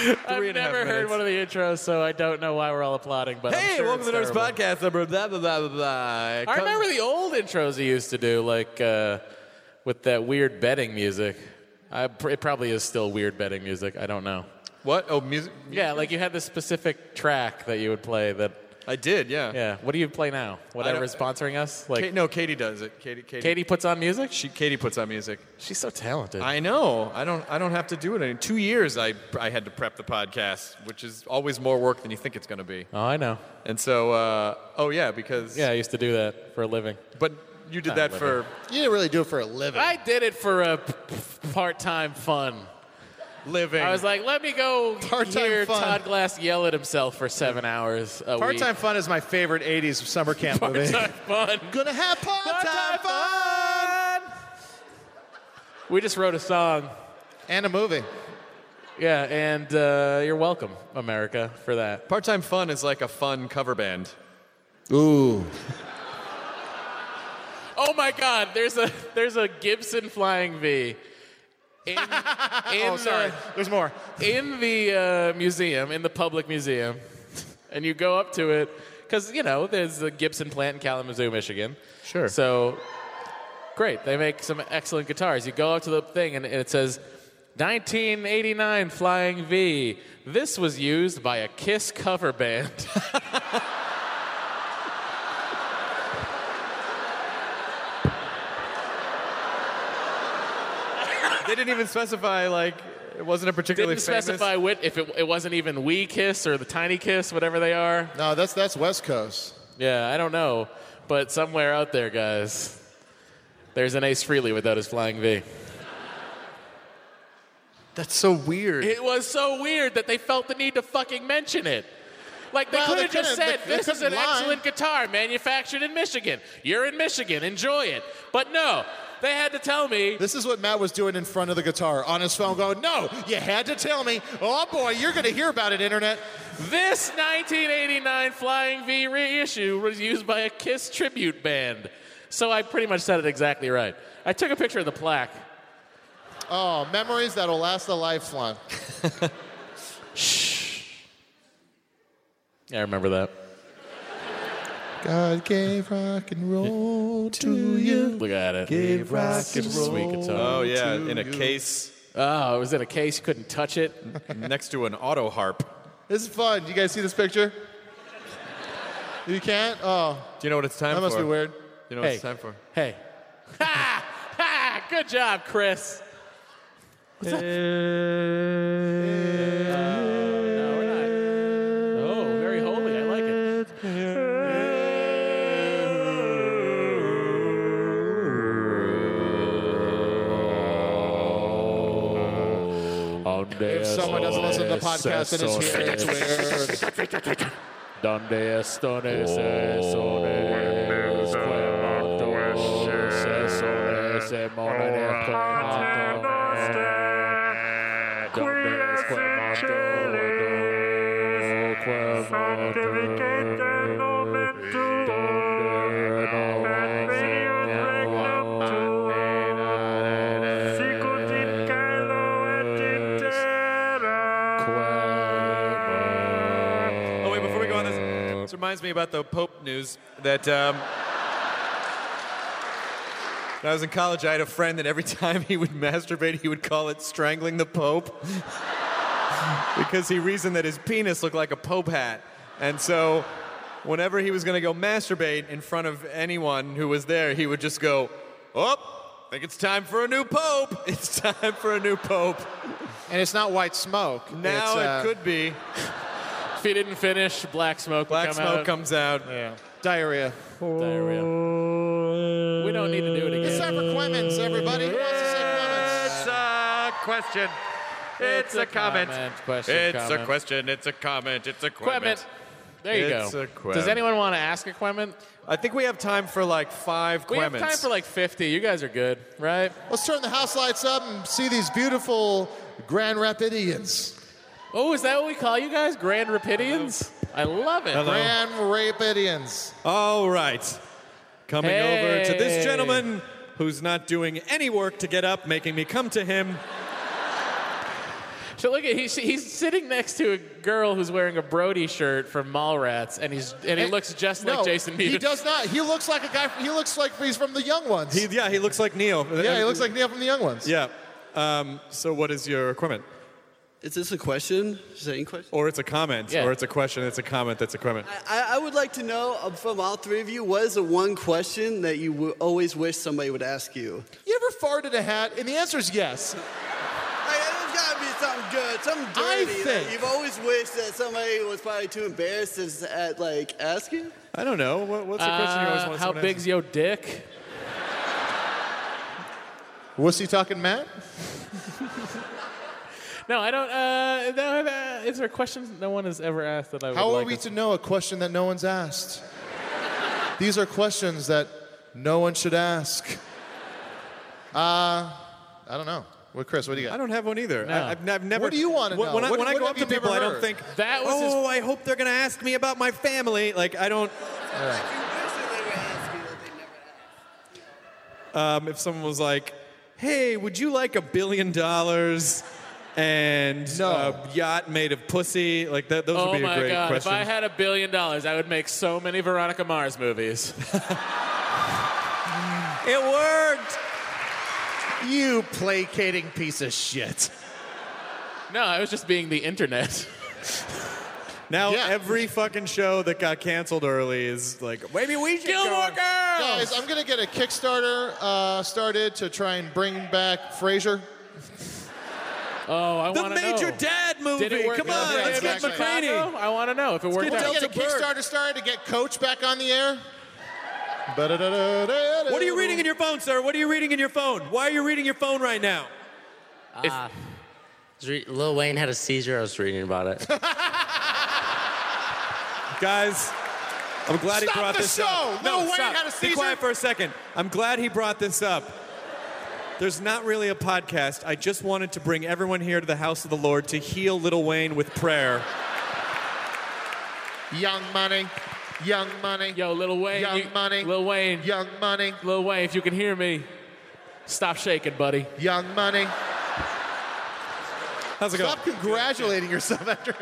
Three and
I've
a half
never heard
minutes.
one of the intros, so I don't know why we're all applauding. But I'm
Hey,
sure
welcome
it's
to Nerds
terrible.
Podcast number blah blah blah blah blah.
I
Come-
remember the old intros he used to do, like uh, with that weird betting music. I, pr- it probably is still weird betting music. I don't know.
what? Oh, music.
Yeah, like you had this specific track that you would play. That
I did. Yeah.
yeah. What do you play now? Whatever
don't-
is sponsoring us. Like
Kate, no, Katie does it. Katie. Katie.
Katie puts on music. She,
She, Katie puts on music.
she's so talented.
I know. I don't. I don't have to do it. In two years, I I had to prep the podcast, which is always more work than you think it's going to be.
oh, I know.
And so, uh, oh yeah, because
Yeah, I used to do that for a living.
But you did
Not
that
living.
for
You didn't really do it for a living.
I did it for a part-time fun.
living.
I was like, let me go
Part-time
hear
fun.
Todd Glass yell at himself for seven hours a
Part Time Fun is my favorite 80s summer camp
week.
movie.
Part-time fun.
Gonna have part time
Part-time
fun!
We just wrote a song.
And a movie.
Yeah, and uh, you're welcome, America, for that.
Part Time Fun is like a fun cover band.
Ooh.
Oh my God, there's a there's a Gibson Flying V. In, in
Oh, sorry. There's more.
The, in the uh, museum, in the public museum, and you go up to it because you know there's a Gibson plant in Kalamazoo, Michigan.
Sure.
So great, they make some excellent guitars. You go up to the thing, and it says. 1989 Flying V. This was used by a Kiss cover band.
They didn't even specify like it wasn't a particularly
didn't
famous.
specify what if it, it wasn't even we kiss or the tiny kiss whatever they are
No, that's that's West Coast.
yeah i don't know but somewhere out there guys there's an ace freely without his flying v
That's so weird.
it was so weird that they felt the need to fucking mention it like they
Well,
could
they
have just
couldn't-
said
they- they
this is an
couldn't lie."
excellent guitar manufactured in michigan you're in michigan enjoy it but no they had to tell me
This is what Matt was doing in front of the guitar on his phone, going, No, you had to tell me. Oh boy, you're gonna hear about it, internet.
This 1989 Flying V reissue was used by a Kiss tribute band. So I pretty much said it exactly right. I took a picture of the plaque.
Oh, memories that'll last a lifelong.
I remember that.
God gave rock and roll to you.
Look at it. Give rock and Sweet guitar.
oh yeah, in a case
Oh, it was in a case. You couldn't touch it.
next to an auto harp.
This is fun. You guys see this picture? You can't? Oh,
Do you know what it's time
that
for?
must be weird.
You know what
Hey.
it's time for?
Hey. Ha! Ha! Good job, Chris. What's that? Oh, no, we're not. Oh, very holy. I like it.
If someone doesn't listen to the podcast and is here, it's weird. Oh,
Donde estones esones cuernos esones emones
Oh,
cuernos donde cuernos cuernos
Oh wait, before we go on this, this reminds me about the Pope news that. Um, When I was in college, I had a friend that every time he would masturbate, he would call it strangling the Pope because he reasoned that his penis looked like a Pope hat. And so, whenever he was going to go masturbate in front of anyone who was there, he would just go, Oh, think it's time for a new Pope. It's time for a new Pope.
And it's not white smoke.
Now
It's, uh,
it could be.
If he didn't finish, black smoke
Black
would come
smoke
out.
comes out.
yeah,
diarrhea.
diarrhea. We don't need to do it again.
It's time for Quemmons, everybody. Who wants to say Quemmons?
a question.
It's a comment. Question, comment.
question. It's a comment. It's a
Equipment. There you
It's
go.
a quemmon.
Does anyone want to ask a quemmon?
I think we have time for like five
We have
Quemmons.
time for like 50. You guys are good, right?
Let's turn the house lights up and see these beautiful Grand Rapidians.
Oh, is that what we call you guys? Grand Rapidians? I love it.
Grand Rapidians.
All right. Coming over to
Hey.
this gentleman who's not doing any work to get up, making me come to him.
So look at he's, he's sitting next to a girl who's wearing a Brody shirt from Mallrats, and he's and he looks just
no,
like Jason Peters.
He does not. He looks like a guy. He looks like he's from the Young Ones.
He, yeah, he looks like Neo.
yeah, he looks like Neil from the Young Ones.
Yeah. Um, so what is your equipment?
Is this a question? Is that any question?
Or it's a comment,
Yeah.
or it's a question, it's a comment, that's a comment.
I, I would like to know um, from all three of you what is the one question that you w- always wish somebody would ask you?
You ever farted a hat? And the answer is yes.
Like, there's gotta be something good, something
I
dirty
think-
that you've always wished that somebody was probably too embarrassed to s- at, like ask you.
I don't know. What, what's the question you always
Uh,
want
how
someone to ask?
big's your dick?
Was he talking Matt?
No, I don't. Uh, no, uh, is there a question no one has ever asked that I would
How are
like
we
us-
to know a question that no one's asked? These are questions that no one should ask. Uh, I don't know. What, Chris? What do you got?
I don't have one either. I, I've, I've never.
What do you wanna
When-
know?
When I,
What-
when I
what
go
have
up
you
to people, I
never
don't
heard?
think
That was his-
Oh, I hope they're gonna ask me about my family. Like I don't. Um, if someone was like, "Hey, would you like a billion dollars and
No.
a yacht made of pussy?" Like that. Those
Oh
would be
my
a great
god!
question.
If I had a billion dollars, I would make so many Veronica Mars movies.
it worked.
You placating piece of shit.
no, I was just being the internet.
Now
Yeah.
every fucking show that got canceled early is like, maybe we should.
Gilmore
go.
Girls.
Guys, I'm gonna get a Kickstarter uh, started to try and bring back Frasier.
Oh, I
The
want to know.
Major Dad movie.
Did it work?
Come
Did
on,
it
let's
work
get
exactly.
in Chicago?
McCraney.
I want to know if it worked.
get
I'm
out.
gonna
Delta
get a Kickstarter started to get Coach back on the air.
What are
What
you reading in your phone, sir? What are you reading in your phone? Why are you reading your phone right now?
Ah.
Lil Wayne had a seizure. I was reading about it.
Guys, I'm glad
Stop
he brought
the
this
show!
up.
Lil Wayne
stop.
had
Be
a seizure?
quiet for a second. I'm glad he brought this up. There's not really a podcast. I just wanted to bring everyone here to the house of the Lord to heal Little Wayne with prayer.
Young Money, Young Money,
Yo, Lil Wayne.
Young
you-
Money,
Lil Wayne.
Young Money,
Lil Wayne, if you can hear me, stop shaking, buddy.
Young Money.
How's it
Stop
going?
congratulating yourself after.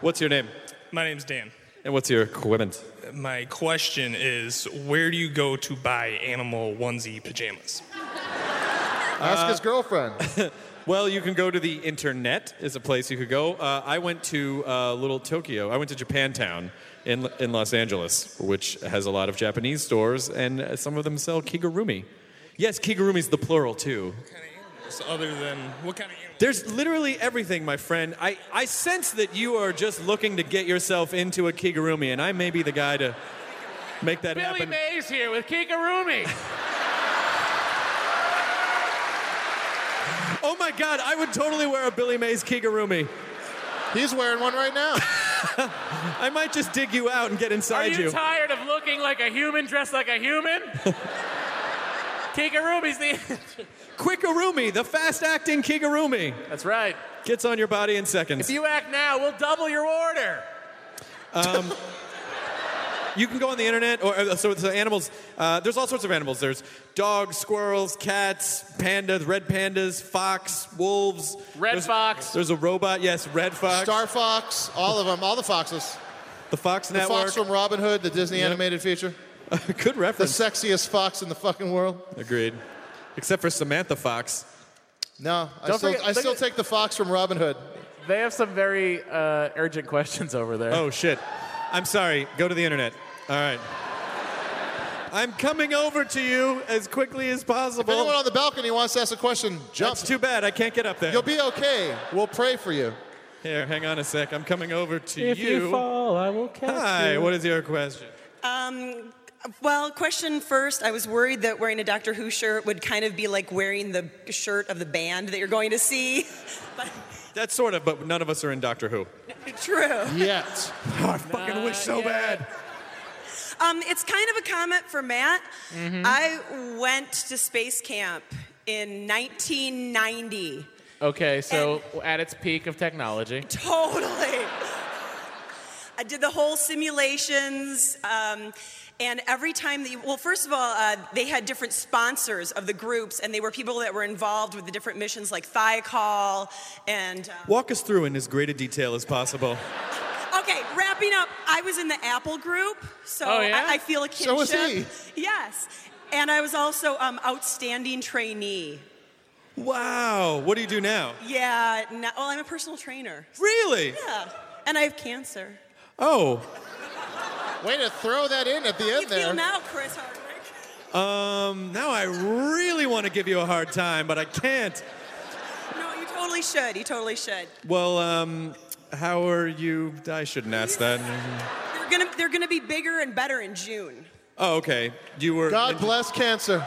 What's your name?
My name's Dan.
And what's your equipment?
My question is, where do you go to buy animal onesie pajamas? Uh,
Ask his girlfriend.
Uh, Well, you can go to the internet is a place you could go. Uh, I went to uh, little Tokyo. I went to Japantown in in Los Angeles, which has a lot of Japanese stores, and uh, some of them sell kigurumi. Yes, kigurumi's the plural too.
Other than what kind of animal?
There's literally everything, my friend. I, I sense that you are just looking to get yourself into a kigurumi, and I may be the guy to make that
Billy
happen.
Mays here with Kikarumi.
oh my God, I would totally wear a Billy Mays kigurumi.
He's wearing one right now.
I might just dig you out and get
Are
inside
you, tired of looking like a human dressed like a human? Kikarumi's the.
Quickarumi, the fast-acting kigurumi.
That's right.
Gets on your body in seconds.
If you act now, we'll double your order.
Um, You can go on the internet, or uh, so, so animals. Uh, there's all sorts of animals. There's dogs, squirrels, cats, pandas, red pandas, fox, wolves.
Red
There's-
fox.
There's a robot. Yes, red fox.
Star Fox, all of them, all the foxes.
the Fox
The
Network.
fox from Robin Hood, the Disney animated feature.
Good reference.
The sexiest fox in the fucking world.
Agreed. Except for Samantha Fox.
No, I
Don't
still,
forget-
I
look
still
at-
take the fox from Robin Hood.
They have some very uh, urgent questions over there.
Oh shit. I'm sorry. Go to the internet. All right. I'm coming over to you as quickly as
If
possible.
anyone on the balcony wants to ask a question, jump.
That's too bad. I can't get up there.
You'll be okay. We'll pray for you.
Here, hang on a sec. I'm coming over to
If you fall, I will catch
Hi,
you.
what is your question?
Um, well, question first. I was worried that wearing a Doctor Who shirt would kind of be like wearing the shirt of the band that you're going to see.
That's sort of, but none of us are in Doctor Who.
True.
Yet.
I fucking wish so bad.
Um, it's kind of a comment for Matt.
Mm-hmm.
I went to space camp in 1990.
Okay, so at its peak of technology.
Totally. I did the whole simulations. Um, and every time that you, well, first of all, uh, they had different sponsors of the groups, and they were people that were involved with the different missions like Thiokol and. Uh,
Walk us through in as great a detail as possible.
Okay, wrapping up. I was in the Apple group, so
Oh, yeah?
I, I feel a kinship.
So was
Yes, and I was also um, outstanding trainee.
Wow, what do you do now?
Yeah. No, well, I'm a personal trainer.
Really?
Yeah. And I have cancer.
Oh,
Way to throw that in at the end
you
there.
feel now, Chris Hardwick?
um, now I really want to give you a hard time, but I can't.
No, you totally should. You totally should.
Well, um, how are you? I shouldn't ask that.
They're gonna they're gonna be bigger and better in June.
Oh, okay. You were.
God bless cancer.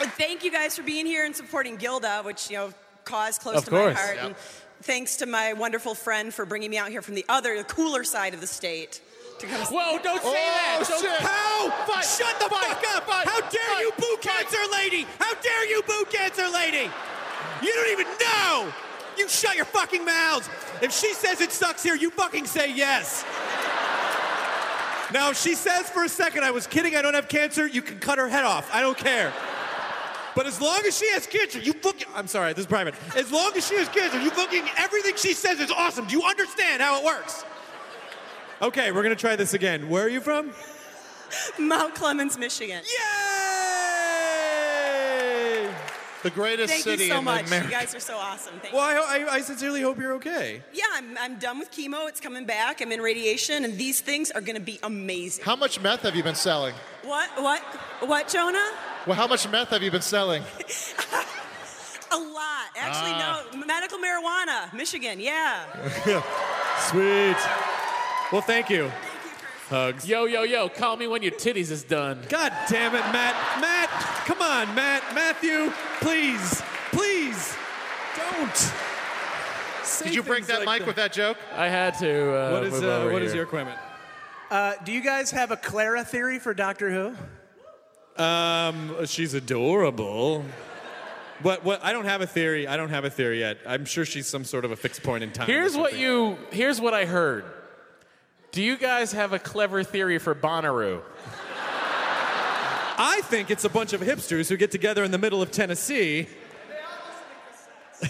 And thank you guys for being here and supporting Gilda, which you know caused close
Of
to
course.
my heart.
Yeah.
And thanks to my wonderful friend for bringing me out here from the other, the cooler side of the state. To come
Whoa! Don't say
Oh,
Oh,
that.
How?
Don't-
Shut the fuck up! how dare you boo cancer lady? How dare you boo cancer lady? You don't even know! You shut your fucking mouths! If she says it sucks here, you fucking say yes! Now, if she says for a second, I was kidding, I don't have cancer, you can cut her head off. I don't care. But as long as she has cancer, you fucking. I'm sorry, this is private. As long as she has cancer, you fucking. Everything she says is awesome. Do you understand how it works? Okay, we're gonna try this again. Where are you from?
Mount Clemens, Michigan.
The greatest
Thank you
city
so
in
much.
America.
You guys are so awesome. Thank
Well, I, I, I sincerely hope you're okay.
you. Yeah, I'm, I'm done with chemo. It's coming back. I'm in radiation, and these things are going to be amazing.
How much meth have you been selling?
What? What? What, Jonah?
Well, how much meth have you been selling?
A lot. Uh, Actually,
Ah.
no. Medical marijuana, Michigan. Yeah.
Sweet. Well, thank you.
Hugs. Yo, yo, yo! Call me when your titties is done.
God damn it, Matt. Matt, come on, Matt. Matthew, please, please, don't. Say
Did you break
things
that
like
mic with that joke?
I had to. Uh,
What is,
move
uh,
over
what is
here.
your equipment?
Uh, do you guys have a Clara theory for Doctor Who?
Um, she's adorable. What, what, I don't have a theory. I don't have a theory yet. I'm sure she's some sort of a fixed point in time. or
Here's what
something.
you. Here's what I heard. Do you guys have a clever theory for Bonnaroo?
I think it's a bunch of hipsters who get together in the middle of Tennessee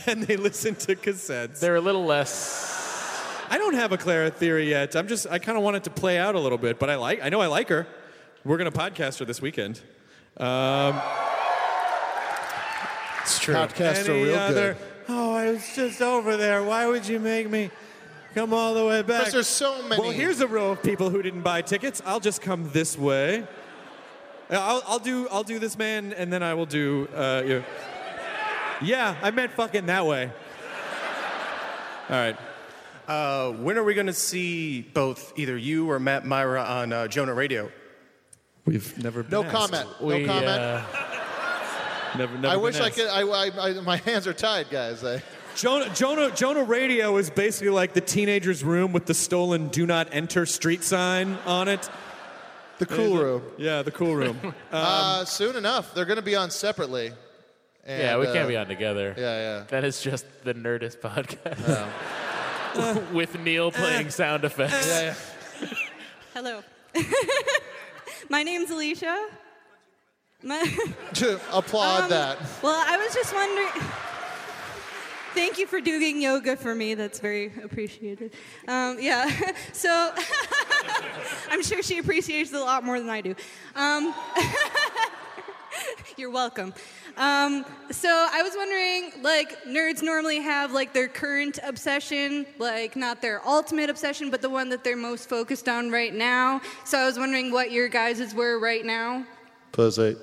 and they listen to cassettes.
They're a little less.
I don't have a Clara theory yet. I'm just I kind of want it to play out a little bit, but I like I know I like her. We're gonna podcast her this weekend. Um, it's true.
Podcasts are real good.
Oh, I was just over there. Why would you make me come all the way back?
Because there's so many.
Well, here's a row of people who didn't buy tickets. I'll just come this way. Uh, I'll, I'll do I'll do this man, and then I will do. Uh, you. Yeah, I meant fucking that way. All right.
Uh, when are we going to see both either you or Matt Myra on uh, Jonah Radio?
We've never been
No comment. No We, comment. uh,
Never, never
I
been
wish I
asked.
could. I, I, I, my hands are tied, guys. I,
Jonah, Jonah, Jonah Radio is basically like the teenager's room with the stolen "Do Not Enter" street sign on it. uh,
The cool room.
Yeah, the cool room.
uh, soon enough, they're going to be on separately. And,
yeah, we
uh,
can't be on together.
Yeah, yeah.
That is just the Nerdist podcast.
uh,
With Neil playing sound effects.
Yeah,
Hello. My name's Alicia. My-
To applaud
Um,
that.
Well, I was just wondering. Thank you for doing yoga for me. That's very appreciated. Um, yeah, so I'm sure she appreciates it a lot more than I do. Um, you're welcome. Um, so I was wondering, like, nerds normally have like their current obsession, like not their ultimate obsession, but the one that they're most focused on right now. So I was wondering what your guys's were right now.
Pussy.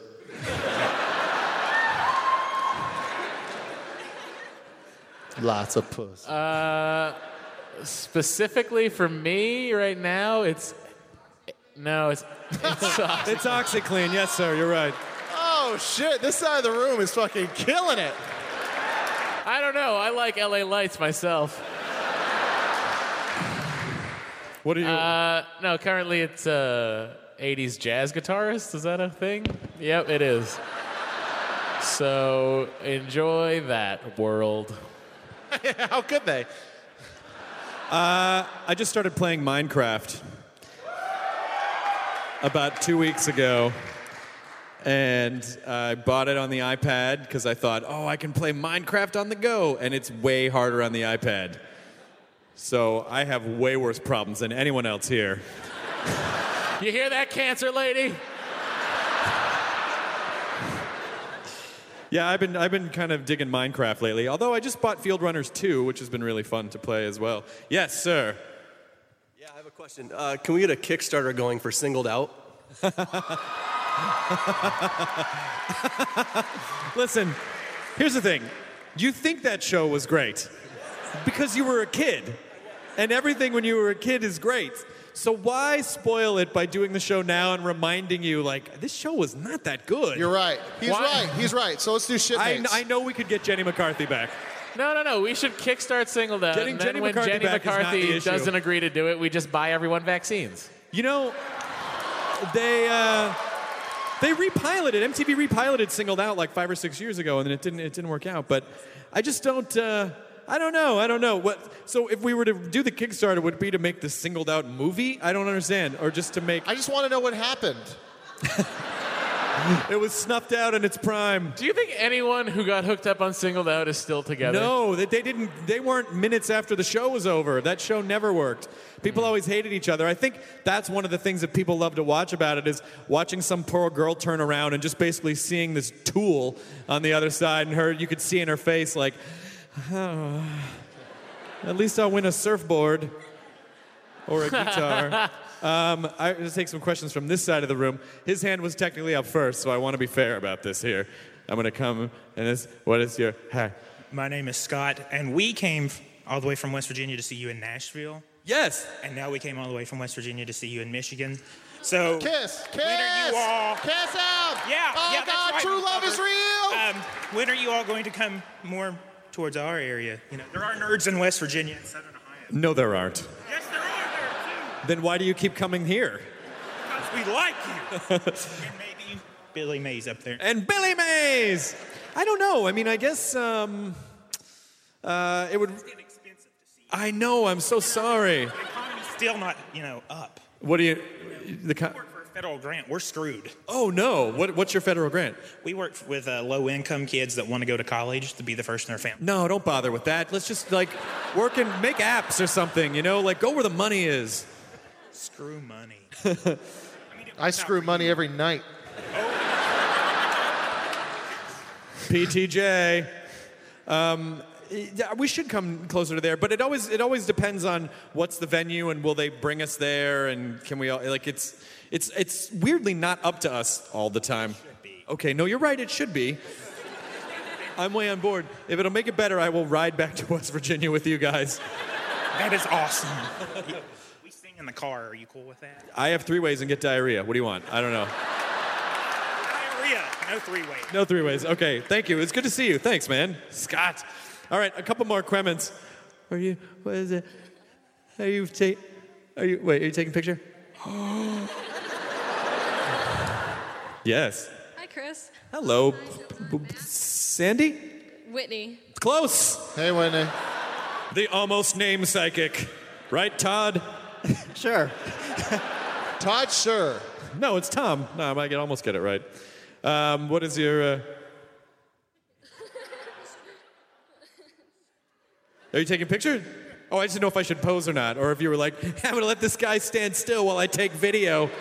Lots of puss.
Uh, specifically for me right now, it's no, it's it's, uh,
It's OxyClean. Yes, sir. You're right.
Oh shit! This side of the room is fucking killing it.
I don't know. I like LA Lights myself.
What are you?
Uh, no, currently it's uh, 80s jazz guitarist. Is that a thing? Yep, it is. So enjoy that world.
How could they?
Uh, I just started playing Minecraft about two weeks ago.
And I bought it on the iPad because I thought, oh, I can play Minecraft on the go. And it's way harder on the iPad. So I have way worse problems than anyone else here.
You hear that, cancer lady?
Yeah, I've been I've been kind of digging Minecraft lately. Although I just bought Field Runners 2, which has been really fun to play as well. Yes, sir.
I have a question. Uh, can we get a Kickstarter going for Singled Out?
Listen, here's the thing. You think that show was great because you were a kid, and everything when you were a kid is great. So why spoil it by doing the show now and reminding you like this show was not that good? You're
right. He's right. He's right. So let's do
I,
Shitmates.
I know we could get Jenny McCarthy back.
No, no, no. We should kickstart single out.
Getting
and Uh, then
Jenny
when
McCarthy
Jenny
back is not
McCarthy
the issue.
doesn't agree to do it, we just buy everyone vaccines.
You know, they uh, they repiloted MTV repiloted singled out like five or six years ago, and then it didn't it didn't work out. But I just don't. Uh, I don't know. I don't know what. So if we were to do the Kickstarter, would it be to make the singled out movie? I don't understand, or just to make.
I just want to know what happened.
it was snuffed out in its prime.
Do you think anyone who got hooked up on singled out is still together?
No, that they didn't. They weren't minutes after the show was over. That show never worked. People always hated each other. I think that's one of the things that people love to watch about it is watching some poor girl turn around and just basically seeing this tool on the other side, and her you could see in her face like, "Oh, at least I'll win a surfboard or a guitar. um, I just take some questions from this side of the room. His hand was technically up first, so I want to be fair about this here. I'm gonna come and this. What is your hi?
My name is Scott, and we came f- all the way from West Virginia to see you in Nashville.
Yes.
And now we came all the way from West Virginia to see you in Michigan. So
Kiss. Kiss.
Later, you all.
Kiss out.
Yeah.
Oh
yeah, that's
God,
right,
true love is
motherfucker.
real.
Um, when are you all going to come more towards our area? You know, there are nerds in West Virginia. and Southern
No, there aren't. Yes, there are. Then why do you keep coming here?
Because we like you. and maybe Billy Mays up there.
And Billy Mays. I don't know. I mean, I guess um, uh, it would. I know. I'm so sorry.
Still not, you know, up.
What do you? The co-
For a federal grant, we're screwed.
oh no. What, what's your federal grant?
We work with uh, low-income kids that want to go to college to be the first in their family.
No, don't bother with that. Let's just like work and make apps or something. You know, like go where the money is.
Screw money.
I screw money every night.
PTJ. Um, yeah, we should come closer to there, but it always it always depends on what's the venue and will they bring us there and can we all like it's it's it's weirdly not up to us all the time. Okay, no, you're right. It should be. I'm way on board. If it'll make it better, I will ride back to West Virginia with you guys.
That is awesome. we sing in the car. Are you cool with that?
I have three ways and get diarrhea. What do you want? I don't know.
Diarrhea. No three-way.
No three ways. Okay, thank you. It's good to see you. Thanks, man. Scott. All right, a couple more Cremens. Are you? What is it? Are you take? Are you? Wait, are you taking a picture? yes.
Hi, Chris.
Hello, B- b- Sandy.
Whitney.
Close.
Hey, Whitney.
The almost name psychic, right, Todd?
Sure. Todd, sure.
No, it's Tom. No, I might get almost get it right. Um, what is your? Uh... Are you taking pictures? Oh, I just didn't know if I should pose or not, or if you were like, I'm gonna let this guy stand still while I take video.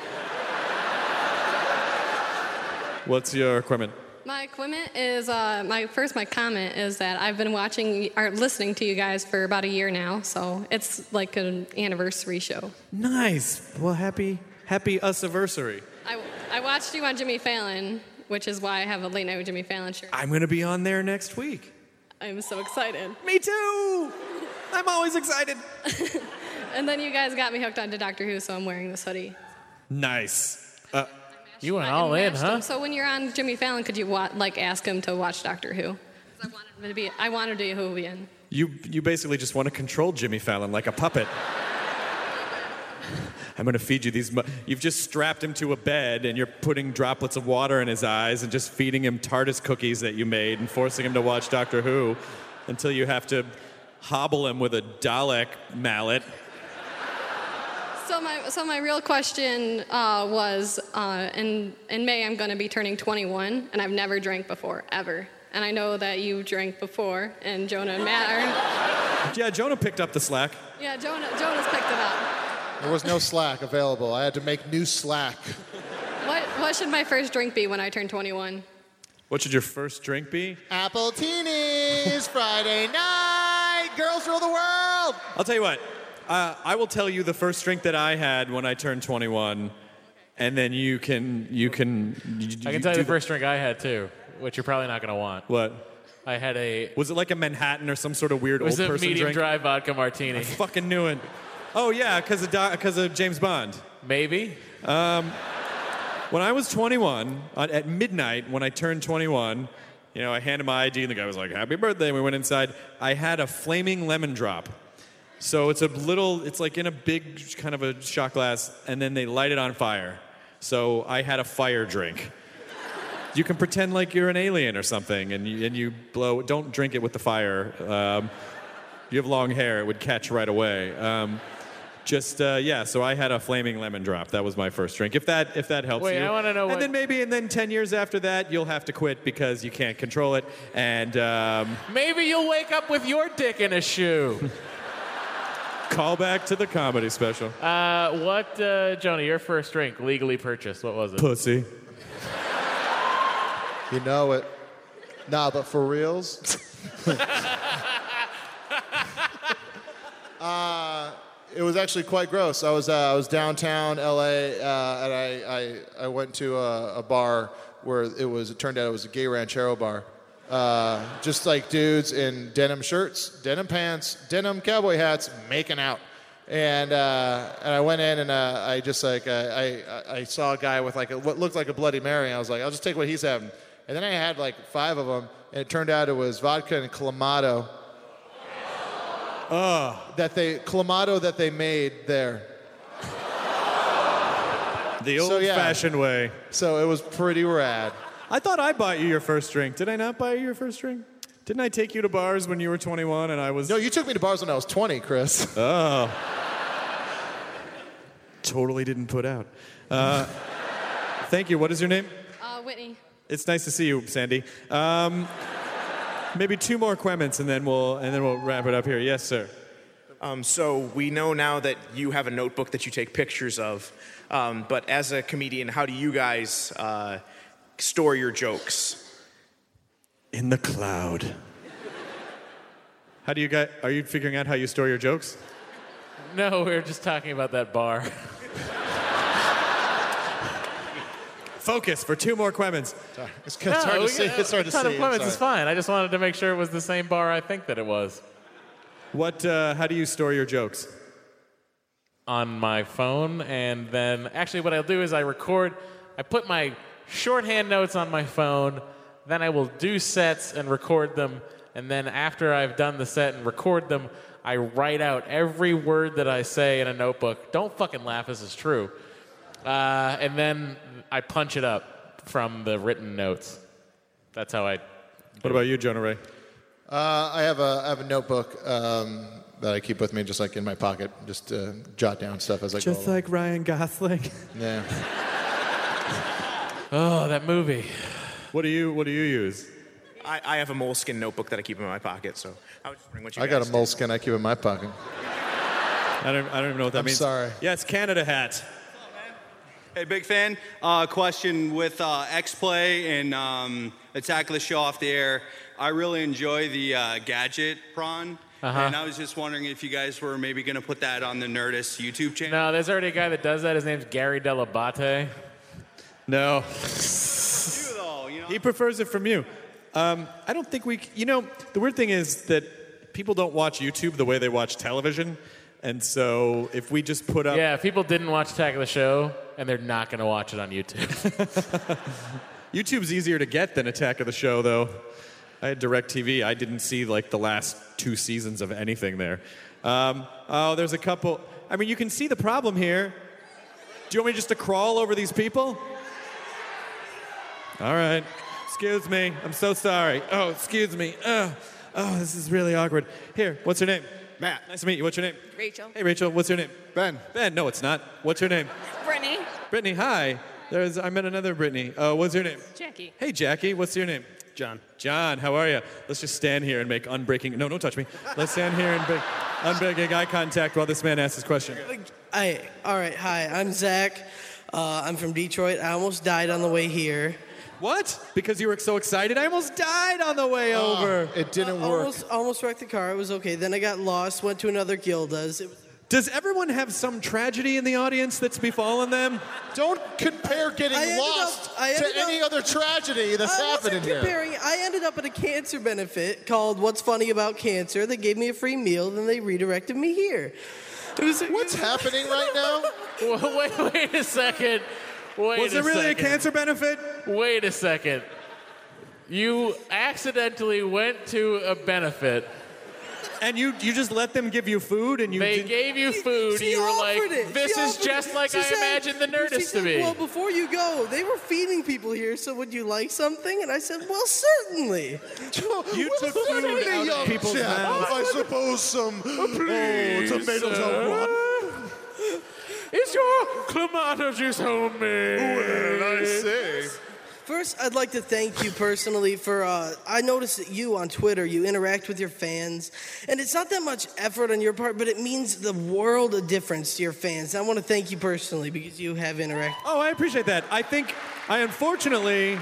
What's your equipment?
My equipment is uh, my first. My comment is that I've been watching or listening to you guys for about a year now, so it's like an anniversary show.
Nice. Well, happy happy us anniversary.
I, I watched you on Jimmy Fallon, which is why I have a late night with Jimmy Fallon shirt.
I'm gonna be on there next week.
I'm so excited.
Me too. I'm always excited.
and then you guys got me hooked onto Doctor Who, so I'm wearing this hoodie.
Nice. Uh,
you went all in,
Asked him,
huh?
So when you're on Jimmy Fallon, could you wa- like ask him to watch Doctor Who? 'Cause I wanted him to be. I wanted to be who be in.
You you basically just want to control Jimmy Fallon like a puppet. I'm gonna feed you these. Mu- You've just strapped him to a bed, and you're putting droplets of water in his eyes, and just feeding him TARDIS cookies that you made, and forcing him to watch Doctor Who, until you have to hobble him with a Dalek mallet.
So my so my real question uh, was uh, in in May I'm going to be turning 21 and I've never drank before ever and I know that you drank before and Jonah and Matt
Yeah, Jonah picked up the slack.
are yeah Jonah Jonah's picked it up.
There was no Slack available. I had to make new Slack.
What what should my first drink be when I turn 21?
What should your first drink be?
Apple Teenies, Friday night. Girls rule the world.
I'll tell you what. Uh, I will tell you the first drink that I had when I turned 21, and then you can you can.
I can tell you the first drink I had too, which you're probably not gonna want.
What?
I had a
Was it like a Manhattan or some sort of weird
it was
old
a
person
medium
drink?
dry vodka martini.
I fucking knew it. Oh yeah, because of because of James Bond.
Maybe.
Um, when I was 21, on, at midnight when I turned 21, you know, I handed my ID and the guy was like, "Happy birthday!" And we went inside. I had a flaming lemon drop. So it's a little, it's like in a big kind of a shot glass, and then they light it on fire. So I had a fire drink. You can pretend like you're an alien or something, and you, and you blow. Don't drink it with the fire. Um, you have long hair; it would catch right away. Um, just uh, yeah. So I had a flaming lemon drop. That was my first drink. If that if that helps
Wait,
you.
I wanna know
And
what-
then maybe, and then ten years after that, you'll have to quit because you can't control it. And um,
Maybe you'll wake up with your dick in a shoe.
call back to the comedy special.
Uh, what, uh, Jonah? Your first drink legally purchased? What was it?
Pussy.
You know it. Nah, but for reals. uh, it was actually quite gross. I was uh, I was downtown LA uh, and I, I I went to a, a bar where it was it turned out it was a gay ranchero bar. Uh, just like dudes in denim shirts, denim pants, denim cowboy hats, making out. And uh, and I went in and uh, I just like uh, I I- I saw a guy with like a, what looked like a Bloody Mary. And I was like, I'll just take what he's having. And then I had like five of them, and it turned out it was vodka and clamato.
Ah.
That they clamato that they made there.
The
So, yeah.
old-fashioned way.
So it was pretty rad.
I thought I bought you your first drink. Did I not buy you your first drink? Didn't I take you to bars when you were 21 and I was?
No, you took me to bars when I was 20, Chris.
Oh. totally didn't put out. Uh, thank you. What is your name?
Uh, Whitney.
It's nice to see you, Sandy. Um, maybe two more comments and then we'll and then we'll wrap it up here. Yes, sir.
Um, so we know now that you have a notebook that you take pictures of. Um, but as a comedian, how do you guys uh, store your jokes?
In the cloud. How do you guys? Are you figuring out how you store your jokes?
No, we were just talking about that bar.
Focus for two more comments.
It's,
No, we got a Oh, ton of Clements is fine. I just wanted to make sure it was the same bar I think that it was.
What? Uh, how do you store your jokes?
On my phone, and then actually, what I'll do is I record. I put my shorthand notes on my phone. Then I will do sets and record them. And then after I've done the set and record them, I write out every word that I say in a notebook. Don't fucking laugh. This is true. Uh, and then I punch it up from the written notes. That's how I.
What about you, Jonah Ray?
Uh, I have a I have a notebook um, that I keep with me, just like in my pocket, just to jot down stuff as I go. along.
like Ryan Gosling.
yeah.
Oh, that movie.
What do you What do you use?
I, I have a moleskin notebook that I keep in my pocket, so I was just wondering what you
I got
guys
a moleskin I keep in my pocket.
I don't, I don't even know what that
I'm
means.
sorry.
Yeah, it's Canada hat.
Hey, big fan. Uh, question with uh, X Play and um, Attack of the Show off the air. I really enjoy the uh, gadget prawn.
Uh-huh.
And I was just wondering if you guys were maybe going to put that on the Nerdist YouTube channel.
No, there's already a guy that does that. His name's Gary Delabate.
No. He prefers it from you. Um, I don't think we. c- You know, the weird thing is that people don't watch YouTube the way they watch television, and so if we just put up,
Yeah, if people didn't watch Attack of the Show, and they're not going to watch it on YouTube.
YouTube's easier to get than Attack of the Show, though. I had DirecTV. I didn't see like the last two seasons of anything there. Um, oh, there's a couple. I mean, you can see the problem here. Do you want me just to crawl over these people? All right. Excuse me. I'm so sorry. Oh, excuse me. Oh, oh this is really awkward. Here, what's your name? Matt. Nice to meet you. What's your name?
Rachel.
Hey, Rachel. What's your name? Ben. Ben. No, it's not. What's your name?
Brittany.
Brittany. Hi. There's. I met another Brittany. Uh, what's your name?
Jackie.
Hey, Jackie. What's your name? John. John. How are you? Let's just stand here and make unbreaking. No, don't touch me. Let's stand here and make unbreaking eye contact while this man asks his question.
Hi. All right. Hi. I'm Zach. Uh, I'm from Detroit. I almost died on the way here.
What? Because you were so excited, I almost died on the way
Oh.
over.
Ah, It didn't
Almost, almost wrecked the car. It was okay. Then I got lost. Went to another Gilda's. It was
Does everyone have some tragedy in the audience that's befallen them?
Don't compare getting
I ended
lost
up- I
to
ended up-
any other tragedy that's
I wasn't
happening here.
comparing. I ended up at a cancer benefit called "What's Funny About Cancer." They gave me a free meal. Then they redirected me here. It was, What's
happening right now?
wait, wait a second. Wait
Was
a
there really a
second.
cancer
benefit?
Wait a second. You accidentally went to a benefit.
And you, you just let them give you food and you
They
didn't-
gave you food and
She
you were
offered
like,
it. She
this is
offered
just
it.
like
She
I
said-
imagined the
she
Nerdist
said,
to be.
Well, before you go, they were feeding people here, so would you like something? And I said, well, certainly.
You took food out of people's mouths. I suppose some
Please,
oh, tomatoes
sir.
are rotten.
Is your clamato juice homemade?
Well, I say.
First, I'd like to thank you personally for. Uh, I noticed that you on Twitter, you interact with your fans, and it's not that much effort on your part, but it means the world of difference to your fans. I want to thank you personally because you have interacted.
Oh, I appreciate that. I think I unfortunately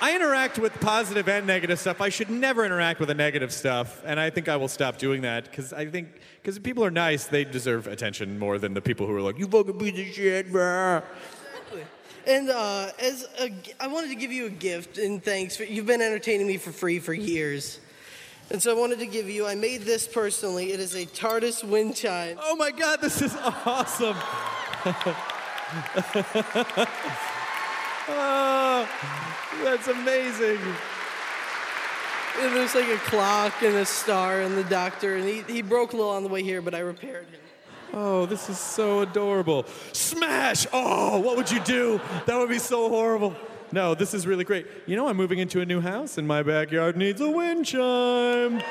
I interact with positive and negative stuff. I should never interact with the negative stuff, and I think I will stop doing that because I think because if people are nice, they deserve attention more than the people who are like you fucking piece of shit. brah."
And uh, as a, g- I wanted to give you a gift and thanks for you've been entertaining me for free for years. And so I wanted to give you. I made this personally. It is a TARDIS wind chime.
Oh my God, this is awesome! oh, that's amazing.
And there's like a clock and a star and the doctor. And he, he broke a little on the way here, but I repaired him.
Oh, this is so adorable. Smash! Oh, what would you do? That would be so horrible. No, this is really great. You know, I'm moving into a new house, and my backyard needs a wind chime.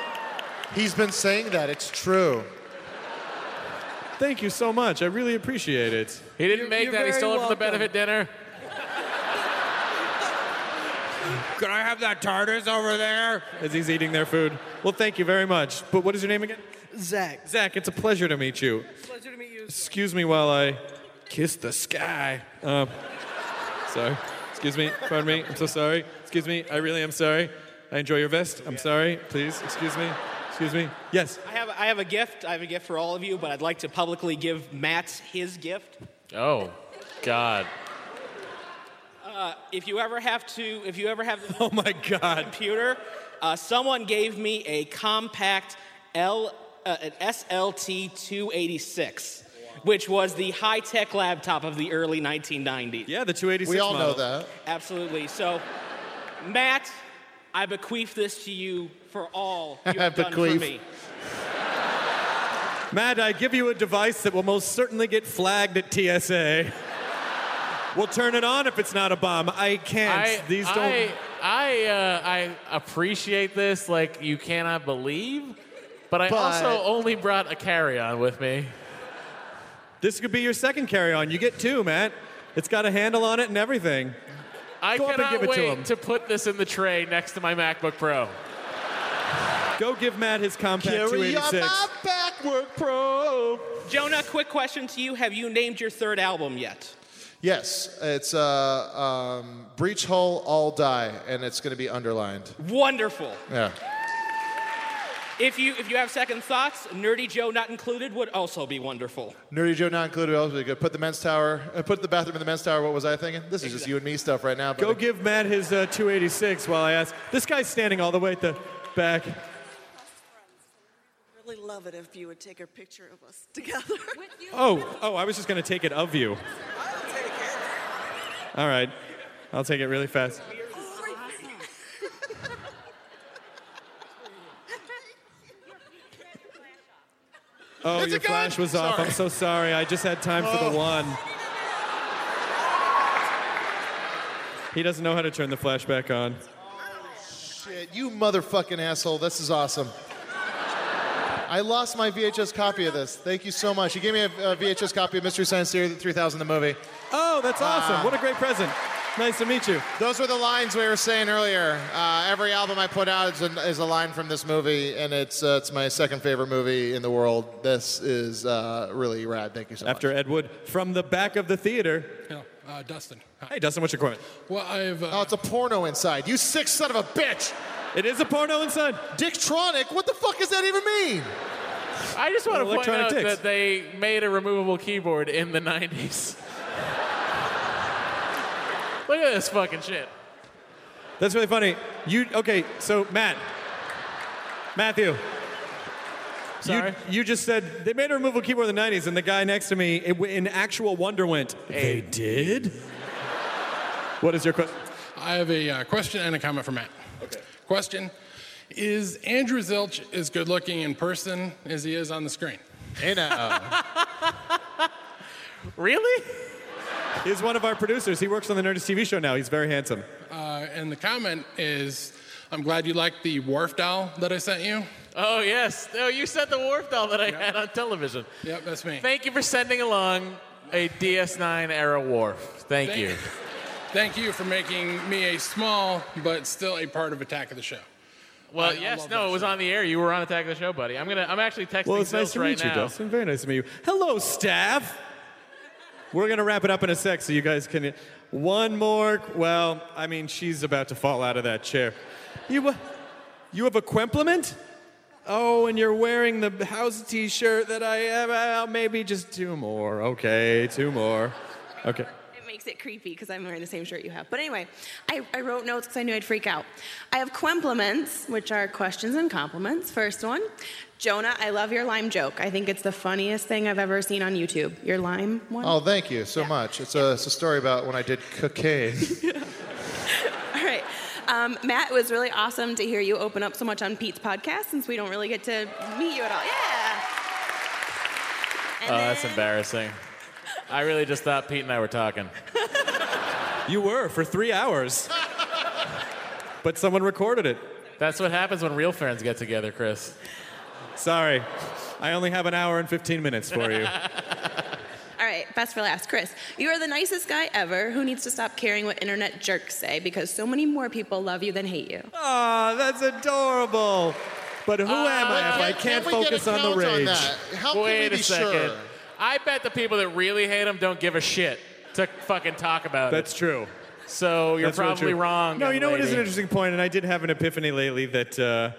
He's been saying that. It's true.
Thank you so much. I really appreciate it.
He didn't make
you're
that. He
very
stole it from the
welcome.
benefit dinner.
Could I have that TARDIS over there? As he's eating their food. Well, thank you very much. But what is your name again?
Zach.
Zach, it's a pleasure to meet you.
Pleasure to meet you.
Excuse me while I kiss the sky. Um, sorry. Excuse me. Pardon me. I'm so sorry. Excuse me. I really am sorry. I enjoy your vest. I'm sorry. Please. Excuse me. Excuse me. Yes.
I have, I have a gift. I have a gift for all of you, but I'd like to publicly give Matt his gift.
Oh, God.
Uh, if you ever have to, if you ever have the
oh my God.
computer, uh, someone gave me a compact L, uh, an SLT 286, which was the high tech laptop of the early 1990s.
Yeah, the 286 We all know model. that.
Absolutely. So, Matt, I bequeath this to you for all you have done for
Bequeath.
me.
Matt, I give you a device that will most certainly get flagged at TSA. We'll turn it on if it's not a bomb. I can't.
I,
These don't.
I, I, uh, I appreciate this like you cannot believe, but I
But-
also only brought a carry on with me.
This could be your second carry on. You get two, Matt. It's got a handle on it and everything.
I
Go up and
cannot
give it to
wait
him.
put this in the tray next to my MacBook Pro.
Go give Matt his compact
Carry on
286.
up.
Backwork Pro.
Jonah, quick question to you: Have you named your third album yet?
Yes, it's uh, um, breach hull all die, and it's going to be underlined.
Wonderful.
Yeah.
If you if you have second thoughts, Nerdy Joe not included would also be wonderful.
Nerdy Joe not included. Else we could put the men's tower, uh, put the bathroom in the men's tower. What was I thinking? This is just you and me stuff right now.
Go
But
give Matt his uh, 286 while I ask. This guy's standing all the way at the back.
really love it if you would take a picture of us together.
Oh, oh, I was just going to take it of you. All right. I'll take it really fast. Oh,
Is it
your
gone?
flash was off.
Sorry.
I'm so sorry. I just had time for the
Oh.
one. He doesn't know how to turn the flash back on.
shit, you motherfucking asshole. This is awesome. I lost my VHS copy of this. Thank you so much. You gave me a, a VHS copy of Mystery Science Theater 3000, the movie.
Oh, that's awesome.
Uh,
what a great present. Nice to meet you.
Those were the lines we were saying earlier. Uh, every album I put out is a, is a line from this movie, and it's uh, it's my second favorite movie in the world. This is uh, really rad. Thank you so much.
After Ed Wood from the back of the theater.
Yeah, uh, Dustin.
Hey, Dustin, what's your question?
Well,
uh,
I've. oh, it's a porno inside. You sick son of a bitch.
It is a porno inside.
Dicktronic. What the fuck does that even mean?
I just want to point
Electronic
out
dicks.
that they made a removable keyboard in the 90s. Look at this fucking shit.
That's really funny. You okay? So Matt, Matthew, Sorry? you you just said they made a removable keyboard in the '90s, and the guy next to me it, in actual wonder went. They did. What is your question?
I have a uh, question and a comment for Matt. Okay. Question Is Andrew Zilch as good looking in person as he is on the screen?
Hey now.
Really? He's one of our producers. He works on the Nerdist TV show now. He's very handsome.
uh, and the comment is I'm glad you like the Wharf doll that I sent you.
Oh, yes. No, you said the Wharf doll that I had on television.
Yep, that's me.
Thank you for sending along a DS9 era Wharf. Thank,
Thank-
you.
Thank you for making me a small but still a part of Attack of the Show. I-
Well,
I
yes,
love
no, it was on the air. You were on Attack of the Show, buddy. I'm gonna. I'm actually texting
Well, it's nice
Zilch
to
right
meet you,
now.
Dustin. Very nice to meet you. Hello, staff. We're gonna wrap it up in a sec, so you guys can. One more. Well, I mean, she's about to fall out of that chair. You, uh, you have a compliment? Oh, and you're wearing the house T-shirt that I have. Well, maybe just two more. Okay, two more. Okay.
It makes it creepy because I'm wearing the same shirt you have. But anyway, I, I wrote notes because I knew I'd freak out. I have compliments, which are questions and compliments. First one Jonah, I love your lime joke. I think it's the funniest thing I've ever seen on YouTube. Your lime one?
Oh, thank you so much. It's a, it's a story about when I did cocaine.
All right. Um, Matt, it was really awesome to hear you open up so much on Pete's podcast since we don't really get to meet you at all. Yeah.
Oh, that's embarrassing. I really just thought Pete and I were talking.
You were for three hours. But someone recorded it.
That's what happens when real friends get together, Chris.
Sorry, I only have an hour and 15 minutes for you.
All right, best for last. Chris, you are the nicest guy ever who needs to stop caring what internet jerks say because so many more people love you than hate you.
Ah, that's adorable. But who am I if I can't focus on the rage?
Wait a second. I bet the people that really hate him don't give a shit to fucking talk about it.
That's true.
So you're
That's really
probably
true.
wrong.
No,
young
you know what is
lady.
an interesting point, and I did have an epiphany lately that uh,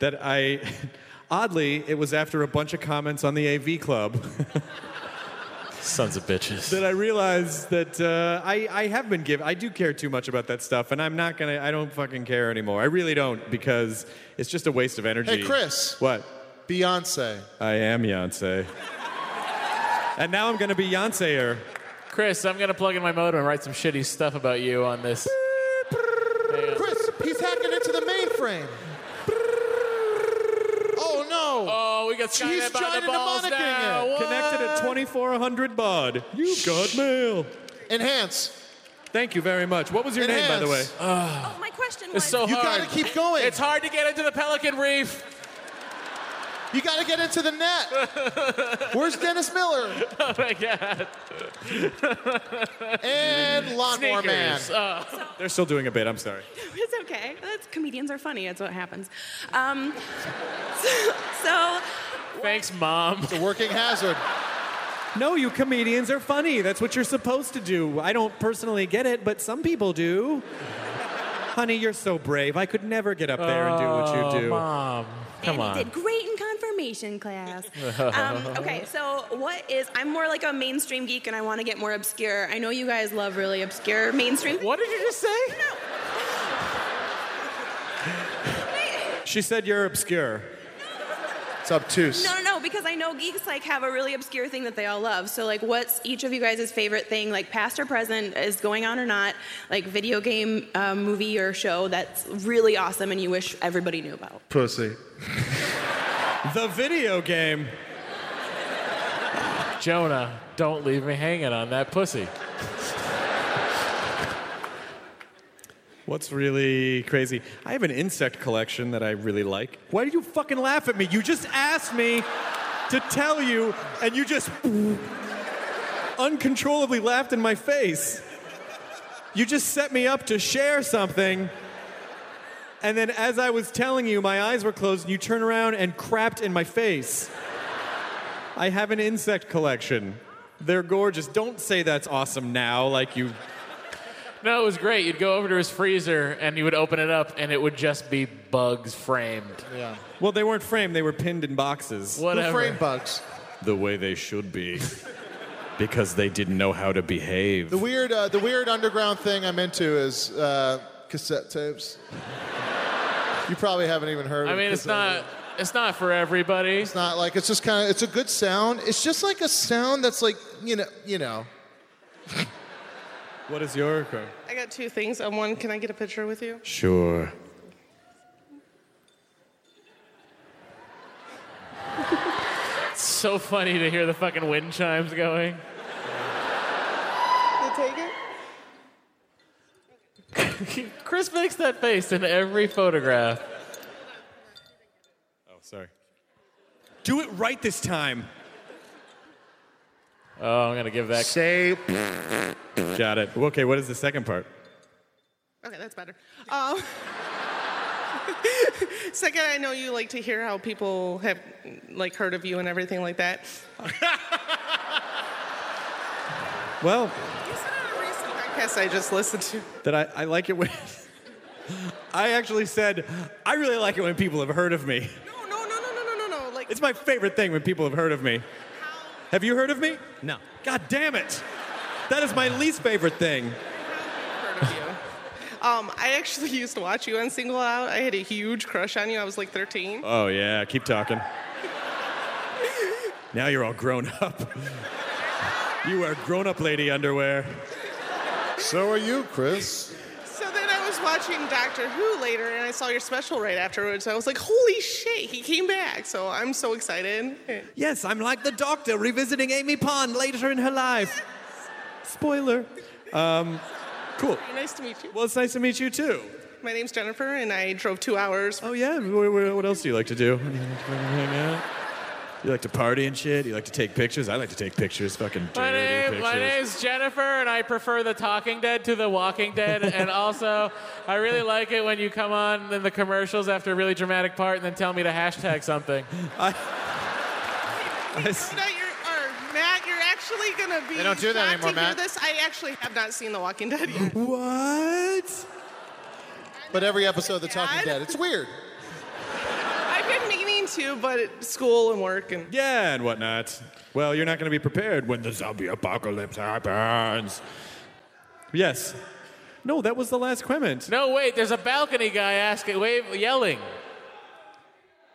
that I, oddly, it was after a bunch of comments on the AV Club
Sons of bitches.
that I realized that uh, I I have been given I do care too much about that stuff, and I'm not gonna I don't fucking care anymore. I really don't because it's just a waste of energy.
Hey, Chris.
What?
Beyonce.
I am Beyonce. and now I'm gonna be Beyonce-er.
Chris, I'm gonna plug in my modem and write some shitty stuff about you on this.
Chris, he's hacking into the mainframe. Oh no!
Oh, we got Skynet
He's
by the
trying to
balls
mnemonic
now.
in it.
What?
Connected at 2400 baud. You got mail.
Enhance.
Thank you very much. What was your name, by the way? Uh,
Enhance.
Oh, my question
It's so
was-
hard. keep going. It's hard to get into the Pelican Reef.
You got to get into the net. Where's Dennis Miller?
Oh my god.
And Lawnmower Man.
Sneakers, uh.
They're still doing a bit. I'm sorry.
It's okay. That's, comedians are funny. That's what happens. Um, so, so
Thanks, Mom.
It's a working hazard.
No, you comedians are funny. That's what you're supposed to do. I don't personally get it, but some people do. Honey, you're so brave. I could never get up there and do what you do.
Oh, Mom. Come
and he did great in confirmation class.
on.
Um, okay, so what is? I'm more like a mainstream geek, and I want to get more obscure. I know you guys love really obscure mainstream.
What did you just say?
No,
She said you're obscure.
It's obtuse.
no, no, no, because I know geeks like have a really obscure thing that they all love. So like, what's each of you guys' favorite thing, like past or present, is going on or not, like video game, uh, movie or show that's really awesome and you wish everybody knew about?
Pussy.
The video game.
Jonah, don't leave me hanging on that pussy.
What's really crazy? I have an insect collection that I really like. Why do you fucking laugh at me? You just asked me to tell you, and you just uncontrollably laughed in my face. You just set me up to share something. And then, as I was telling you, my eyes were closed, and you turned around and crapped in my face. I have an insect collection. They're gorgeous. Don't say that's awesome now, like you
No, it was great. You'd go over to his freezer and you would open it up and it would just be bugs framed.
Yeah.
Well, they weren't framed, they were pinned in boxes.
Whatever. framed
bugs?
The way they should be. because they didn't know how to behave.
The weird, uh, the weird underground thing I'm into is uh, cassette tapes. you probably haven't even heard.
I
of
mean, it's
cassette
not it's not for everybody. It's
not like it's just kind of it's a good sound. It's just like a sound that's like you know you know.
what is your
I got two things. Um, one, can I get a picture with you?
Sure.
It's so funny to hear the fucking wind chimes going.
You take it?
Chris makes that face in every photograph.
Oh, sorry. Do it right this time.
Oh, I'm gonna give that.
Say. Got it. Okay, what is the second part?
Okay, that's better. Um, second, I know you like to hear how people have like heard of you and everything like that.
Well,
I guess I just listened to.
that I, I like it when. I actually said, I really like it when people have heard of me.
No, no, no, no, no, no, no, no. Like
It's my favorite thing when people have heard of me. Have you heard of me? No. God damn it. That is my least favorite thing.
Um, I actually used to watch you on Single Out. I had a huge crush on you. I was like 13.
Oh, yeah, keep talking. now you're all grown up. you wear grown up lady underwear.
So are you, Chris.
So then I was watching Doctor Who later, and I saw your special right afterwards. I was like, holy shit, he came back. So I'm so excited.
Yes, I'm like the doctor revisiting Amy Pond later in her life. Spoiler. Um, cool.
Nice to meet you.
Well, it's nice to meet you too.
My name's Jennifer, and I drove two hours.
Oh, yeah. What what else do you like to do? Hang out? You like to party and shit? You like to take pictures? I like to take pictures. Fucking dirty
My name,
pictures.
my name's Jennifer, and I prefer The Talking Dead to The Walking Dead. and also, I really like it when you come on in the commercials after a really dramatic part and then tell me to hashtag something.
I,
No, you're, or, Matt, you're actually going to be
They don't do that
shocked
anymore,
to hear
Matt.
this. I actually have not seen The Walking Dead yet.
What?
But every episode of The Talking Dead, it's weird.
I've been meaning to, but it- school and work and...
Yeah, and whatnot. Well, you're not going to be prepared when the zombie apocalypse happens. Yes. No, that was the last comment.
No, Oh, wait, there's a balcony guy asking, wave, yelling.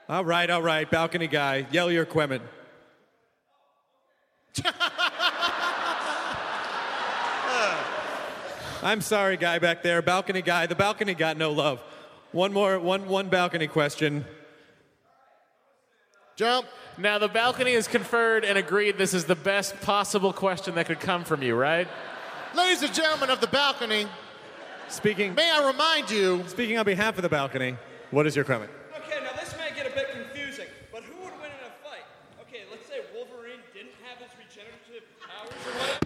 All right, all right, balcony guy, yell your quement. I'm sorry, guy back there, balcony guy. The balcony got no love. One more, one, one balcony question.
Jump.
Now, the balcony is conferred and agreed this is the best possible question that could come from you, right?
Ladies and gentlemen of the balcony,
speaking.
May I remind you?
Speaking on behalf of the balcony, what is your quement?
Okay, now this may get a bit confusing, but who would win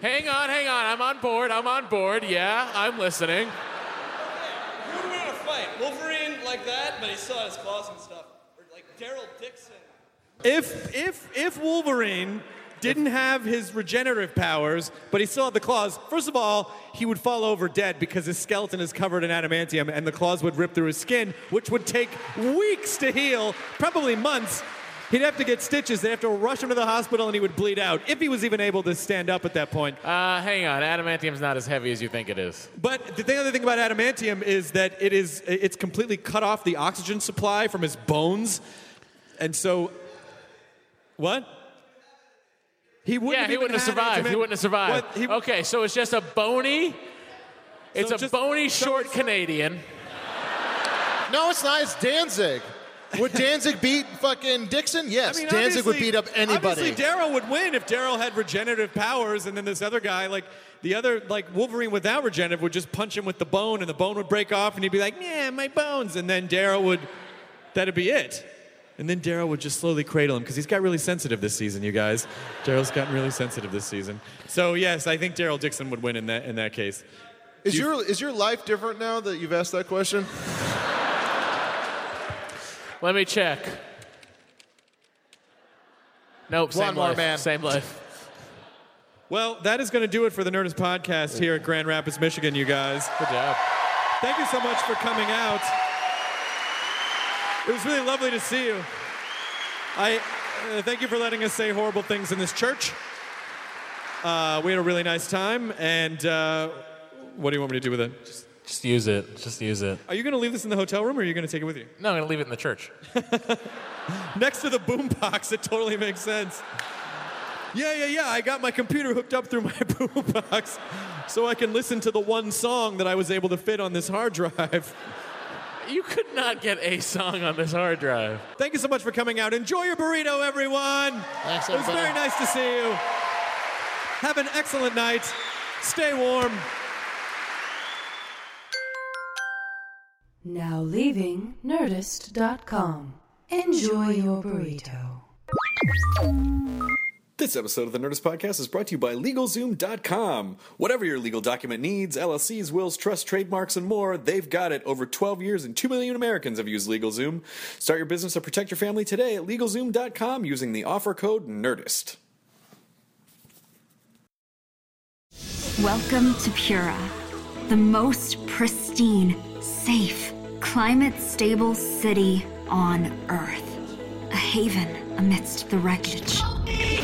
Hang on, hang on. I'm on board. I'm on board. Yeah, I'm listening.
Who'd win in a fight? Wolverine like that, but he still had his claws and stuff. Or like Daryl Dixon.
If if if Wolverine didn't have his regenerative powers, but he still had the claws, first of all, he would fall over dead because his skeleton is covered in adamantium and the claws would rip through his skin, which would take weeks to heal, probably months. He'd have to get stitches. They'd have to rush him to the hospital and he would bleed out if he was even able to stand up at that point.
Uh, hang on. Adamantium's not as heavy as you think it is.
But the thing, other thing about adamantium is that it is it's completely cut off the oxygen supply from his bones, and so what? He wouldn't.
yeah,
have
he
even
wouldn't have
had
survived. He
adaman-
wouldn't have survived.
What? He-
okay, so it's just a bony. It's a bony short Canadian.
No, it's not. It's Danzig. Would Danzig beat fucking Dixon? Yes,
I mean,
Danzig would
obviously-
beat up anybody.
Obviously, Daryl would win if Daryl had regenerative powers, and then this other guy, like the other, like Wolverine without regenerative, would just punch him with the bone, and the bone would break off, and he'd be like, "Yeah, my bones," and then Daryl would, that'd be it. And then Daryl would just slowly cradle him because he's got really sensitive this season, you guys. Daryl's gotten really sensitive this season. So yes, I think Daryl Dixon would win in that in that case.
Is your is your life different now that you've asked that question?
Let me check. Nope, same
Blonde more
life.
man.
Same life.
Well, that is going to do it for the Nerdist podcast here at Grand Rapids, Michigan, you guys. Good job. Thank you so much for coming out. It was really lovely to see you. I uh, thank you for letting us say horrible things in this church. Uh, we had a really nice time, and uh, what do you want me to do with it? Just,
just use it. Just use it.
Are you going to leave this in the hotel room, or are you going to take it with you?
No, I'm going to leave it in the church.
Next to the boombox, it totally makes sense. Yeah, yeah, yeah. I got my computer hooked up through my boombox so I can listen to the one song that I was able to fit on this hard drive.
You could not get a song on this hard drive.
Thank you so much for coming out. Enjoy your burrito, everyone.
Thanks,
It was very
everybody.
nice to see you. Have an excellent night. Stay warm.
Now leaving Nerdist.com. Enjoy your burrito.
This episode of the Nerdist Podcast is brought to you by LegalZoom.com. Whatever your legal document needs, LLCs, wills, trusts, trademarks, and more, they've got it. Over 12 years and 2 million Americans have used LegalZoom. Start your business or protect your family today at LegalZoom.com using the offer code NERDIST.
Welcome to Pura, the most pristine, safe, climate stable city on Earth. A haven amidst the wreckage.